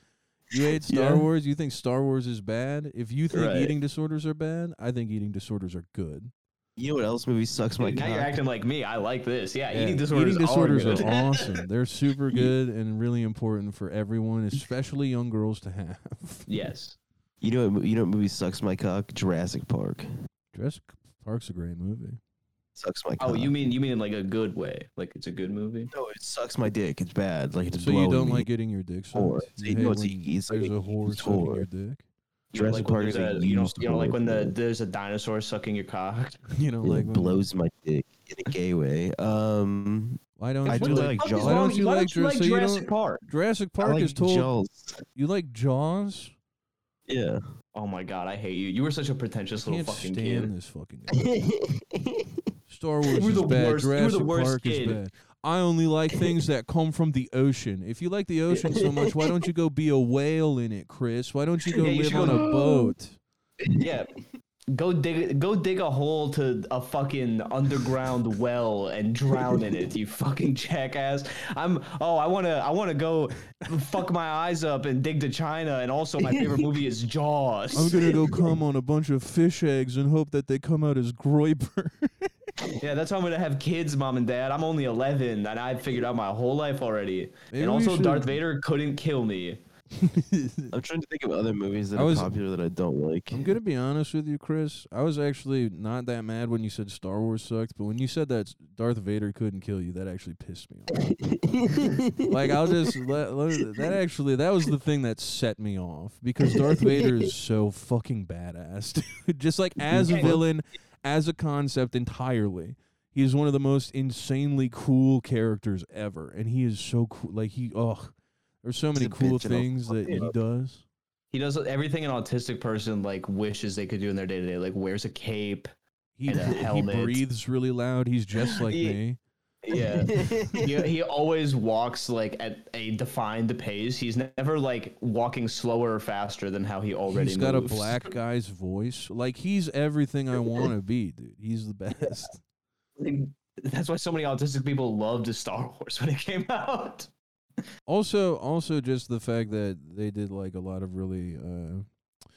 Speaker 2: You hate Star
Speaker 3: Yeah.
Speaker 2: Wars. You think Star Wars is bad. If you think
Speaker 3: Right.
Speaker 2: eating disorders are bad, I think eating disorders are good.
Speaker 3: You know what else movie sucks my
Speaker 1: Dude, now you're
Speaker 3: cock?
Speaker 1: acting like me. I like this. Yeah,
Speaker 2: Yeah,
Speaker 1: eating disorders.
Speaker 2: eating disorders
Speaker 1: are, good.
Speaker 2: are awesome. They're super good and really important for everyone, especially young girls to have.
Speaker 1: yes.
Speaker 3: You know, what, mo- you know, what movie sucks my cock. Jurassic Park.
Speaker 2: Jurassic Park's a great movie.
Speaker 3: sucks my.
Speaker 1: Oh,
Speaker 3: cock.
Speaker 1: you mean you mean in like a good way? Like it's a good movie.
Speaker 3: No, it sucks my dick. It's bad. Like it's
Speaker 2: So you
Speaker 3: blowing
Speaker 2: don't
Speaker 3: me.
Speaker 2: like getting your dick
Speaker 3: Or
Speaker 2: sucked?
Speaker 3: so
Speaker 2: You
Speaker 3: you know,
Speaker 2: hate
Speaker 3: it's,
Speaker 2: when
Speaker 3: it's like
Speaker 2: there's a whore
Speaker 3: it's
Speaker 2: sucking your
Speaker 3: horror.
Speaker 2: dick.
Speaker 1: You don't
Speaker 3: Jurassic
Speaker 1: like when there's
Speaker 3: Park is a
Speaker 1: a- you don't
Speaker 3: used
Speaker 1: you don't like when the
Speaker 3: word.
Speaker 1: there's a dinosaur sucking your cock.
Speaker 2: You know,
Speaker 3: it
Speaker 2: like when-
Speaker 3: blows my dick in a gay way. Um,
Speaker 2: Why don't
Speaker 3: I
Speaker 2: you
Speaker 3: do
Speaker 1: What
Speaker 3: like
Speaker 1: the fuck is
Speaker 3: Jaws.
Speaker 1: wrong
Speaker 2: Why don't
Speaker 1: with
Speaker 2: you like Jurassic- so you
Speaker 1: Jurassic
Speaker 2: don't-
Speaker 1: Park?
Speaker 2: Jurassic Park
Speaker 3: I like
Speaker 2: is told
Speaker 3: Jaws.
Speaker 2: you like Jaws.
Speaker 3: Yeah.
Speaker 1: Oh my god, I hate you. You were such a pretentious
Speaker 2: I
Speaker 1: little
Speaker 2: can't
Speaker 1: fucking
Speaker 2: stand
Speaker 1: kid.
Speaker 2: this fucking guy. Star Wars
Speaker 1: You were
Speaker 2: is
Speaker 1: the
Speaker 2: bad.
Speaker 1: worst- you were the
Speaker 2: Jurassic
Speaker 1: worst
Speaker 2: Park
Speaker 1: kid.
Speaker 2: is bad. I only like things that come from the ocean. If you like the ocean so much, why don't you go be a whale in it, Chris? Why don't you go
Speaker 1: Yeah, you
Speaker 2: live
Speaker 1: should
Speaker 2: on
Speaker 1: go-
Speaker 2: a boat?
Speaker 1: Yeah. Go dig go dig a hole to a fucking underground well and drown in it, you fucking jackass. I'm oh, I wanna I wanna go fuck my eyes up and dig to China and also my favorite movie is Jaws.
Speaker 2: I'm gonna go come on a bunch of fish eggs and hope that they come out as Groiper.
Speaker 1: Yeah, that's how I'm gonna have kids, mom and dad. I'm only 11, and I've figured out my whole life already.
Speaker 2: Maybe we
Speaker 1: and also,
Speaker 2: should-
Speaker 1: Darth Vader couldn't kill me.
Speaker 3: I'm trying to think of other movies that
Speaker 2: I
Speaker 3: are
Speaker 2: was-
Speaker 3: popular that I don't like.
Speaker 2: I'm gonna be honest with you, Chris. I was actually not that mad when you said Star Wars sucked, but when you said that Darth Vader couldn't kill you, that actually pissed me off. like I'll just let, let- that actually that was the thing that set me off because Darth Vader is so fucking badass, dude. Just like as a villain, as a concept entirely. He is one of the most insanely cool characters ever, and he is so cool. Like he, oh, there's so many
Speaker 3: a
Speaker 2: cool
Speaker 3: bitch and I'll
Speaker 2: things
Speaker 3: fuck
Speaker 2: that
Speaker 3: you
Speaker 2: he
Speaker 3: up.
Speaker 2: does.
Speaker 1: He does everything an autistic person like wishes they could do in their day to day, like wears a cape.
Speaker 2: He,
Speaker 1: And a
Speaker 2: he
Speaker 1: helmet.
Speaker 2: breathes really loud. He's just like
Speaker 1: Yeah.
Speaker 2: me.
Speaker 1: Yeah, he, he always walks like at a defined pace. He's never like walking slower or faster than how he already.
Speaker 2: He's got a
Speaker 1: moves.
Speaker 2: black guy's voice. Like he's everything I want to be, dude. He's the best.
Speaker 1: Like, That's why so many autistic people loved Star Wars when it came out.
Speaker 2: Also, also just the fact that they did like a lot of really uh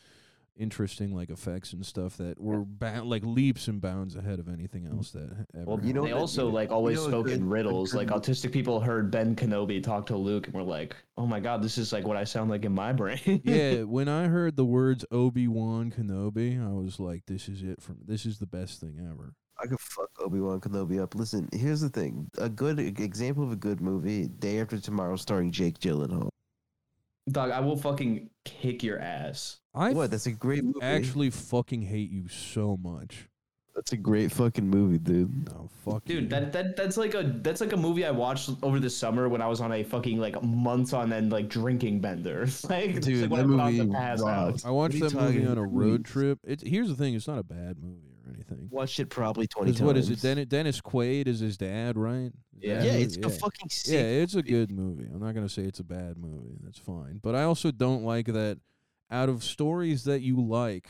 Speaker 2: interesting like effects and stuff that were ba- like leaps and bounds ahead of anything else that ever.
Speaker 1: Well,
Speaker 3: You know
Speaker 1: they
Speaker 3: what-
Speaker 1: also like always
Speaker 3: know,
Speaker 1: spoke
Speaker 3: a-
Speaker 1: in
Speaker 3: a
Speaker 1: riddles.
Speaker 3: good-
Speaker 1: Like autistic people heard Ben Kenobi talk to Luke and were like, "Oh my god, this is like what I sound like in my brain."
Speaker 2: yeah, when I heard the words Obi Wan Kenobi, I was like, "This is it from. This is the best thing ever."
Speaker 3: I could fuck Obi Wan Kenobi up. Listen, here's the thing: a good e-, example of a good movie, Day After Tomorrow, starring Jake Gyllenhaal.
Speaker 1: Dog, I will fucking kick your ass.
Speaker 2: I
Speaker 3: what? That's a great movie.
Speaker 2: actually fucking hate you so much.
Speaker 3: that's a great fucking movie, dude.
Speaker 2: No, fuck you.
Speaker 1: Dude, that, that that's like a that's like a movie I watched over the summer when I was on a fucking like months on end like drinking bender. Like, it's
Speaker 3: Dude,
Speaker 1: like when
Speaker 3: that
Speaker 1: I put on
Speaker 3: movie
Speaker 1: the pass out.
Speaker 3: rocks.
Speaker 2: I watched
Speaker 3: What
Speaker 2: that
Speaker 3: are you
Speaker 2: movie
Speaker 3: talking-
Speaker 2: on a road trip. It's here's the thing: it's not a bad movie or anything.
Speaker 3: Watched it probably twenty
Speaker 2: 'Cause
Speaker 3: times.
Speaker 2: What is it? Dennis, Dennis Quaid is his dad, right? Is
Speaker 1: Yeah.
Speaker 2: that
Speaker 3: Yeah,
Speaker 2: who-
Speaker 3: it's
Speaker 2: yeah.
Speaker 3: a fucking sick.
Speaker 2: yeah, it's a good movie. I'm not gonna say it's a bad movie. That's fine. But I also don't like that. Out of stories that you like,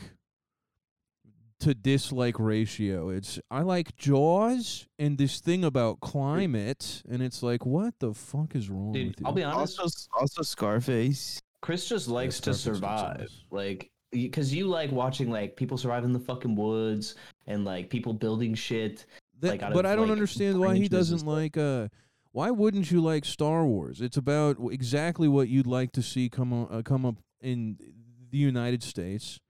Speaker 2: to dislike ratio, it's I like Jaws and this thing about climate, and it's like, what the fuck is wrong
Speaker 1: Dude,
Speaker 2: with you?
Speaker 1: I'll be honest.
Speaker 3: Also, also Scarface.
Speaker 1: Chris just likes to
Speaker 2: Scarface looks
Speaker 1: survive.
Speaker 2: nice.
Speaker 1: Like because you like watching like people survive in the fucking woods and like people building shit.
Speaker 2: That-
Speaker 1: like, out
Speaker 2: but
Speaker 1: of,
Speaker 2: I don't
Speaker 1: like,
Speaker 2: understand why he
Speaker 3: branches and
Speaker 2: doesn't like. Uh, why wouldn't you like Star Wars? It's about w- exactly what you'd like to see come o- uh, come up in the United States.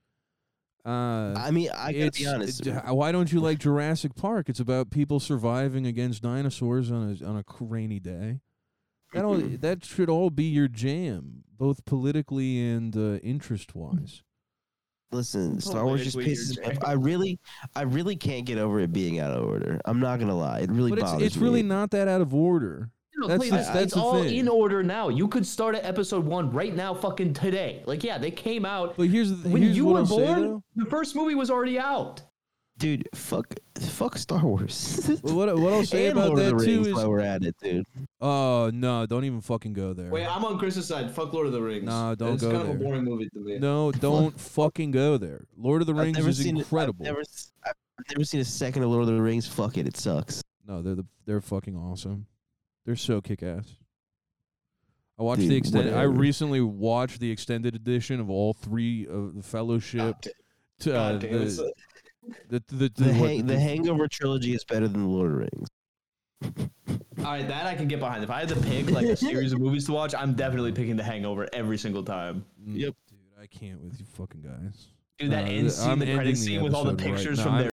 Speaker 2: Uh,
Speaker 3: I mean, I gotta be
Speaker 2: it's-
Speaker 3: honest.
Speaker 2: d- why don't you like Jurassic Park? It's about people surviving against dinosaurs on a on a c- rainy day. That all,
Speaker 3: Mm-hmm.
Speaker 2: that should all be your jam, both politically and uh, interest wise. Oh,
Speaker 3: Listen, Star Wars just
Speaker 1: Politically,
Speaker 3: pisses
Speaker 1: you're
Speaker 3: me off. I really, I really can't get over it being out of order. I'm not gonna lie, it really
Speaker 2: But it's
Speaker 3: bothers
Speaker 2: it's
Speaker 3: me.
Speaker 2: really not that out of order.
Speaker 1: No,
Speaker 2: That's
Speaker 1: Clay,
Speaker 2: the-
Speaker 1: it's-
Speaker 2: that's
Speaker 1: it's
Speaker 2: the
Speaker 1: all
Speaker 2: thing.
Speaker 1: in order now. You could start at episode one right now, fucking today. Like, yeah, they came out
Speaker 2: But here's the th-
Speaker 1: when
Speaker 2: here's
Speaker 1: you
Speaker 2: what
Speaker 1: were
Speaker 2: I'll say,
Speaker 1: born.
Speaker 2: though.
Speaker 1: the first movie was already out.
Speaker 3: dude. Fuck, fuck Star Wars.
Speaker 2: Well, what what I'll say
Speaker 3: and
Speaker 2: about
Speaker 3: Lord of
Speaker 2: that
Speaker 3: the
Speaker 2: too
Speaker 3: Rings
Speaker 2: is
Speaker 3: while we're at it, dude.
Speaker 2: Oh no! Don't even fucking go there.
Speaker 1: I'm on Chris's side. Fuck Lord of the Rings.
Speaker 2: Nah, don't It's go kind of a there. boring
Speaker 1: movie to me.
Speaker 2: no, don't fucking go there. Lord of the
Speaker 3: I've
Speaker 2: Rings
Speaker 3: never
Speaker 2: is
Speaker 3: seen.
Speaker 2: incredible.
Speaker 3: I've never, s- I've never seen a second of Lord of the Rings. Fuck it, it sucks.
Speaker 2: No, they're the, they're fucking awesome. They're so kick ass. I watched the
Speaker 3: Dude,
Speaker 2: extended. I
Speaker 3: whatever.
Speaker 2: recently watched the extended edition of all three of the Fellowship. to, uh, the, the, the,
Speaker 3: The,
Speaker 2: the- what-
Speaker 3: hang, the Hangover trilogy is better than the Lord of the Rings.
Speaker 1: All right, that I can get behind. If I had to pick like a series of movies to watch, I'm definitely picking The Hangover every single time.
Speaker 2: Mm,
Speaker 3: Yep.
Speaker 2: Dude, I can't with you fucking guys.
Speaker 1: Dude, that
Speaker 2: Uh,
Speaker 1: end
Speaker 2: th-
Speaker 1: scene,
Speaker 2: I'm
Speaker 1: the
Speaker 2: ending
Speaker 1: credit
Speaker 2: the
Speaker 1: scene with all the
Speaker 2: episode right
Speaker 1: pictures
Speaker 2: now.
Speaker 1: from
Speaker 2: I'm
Speaker 1: their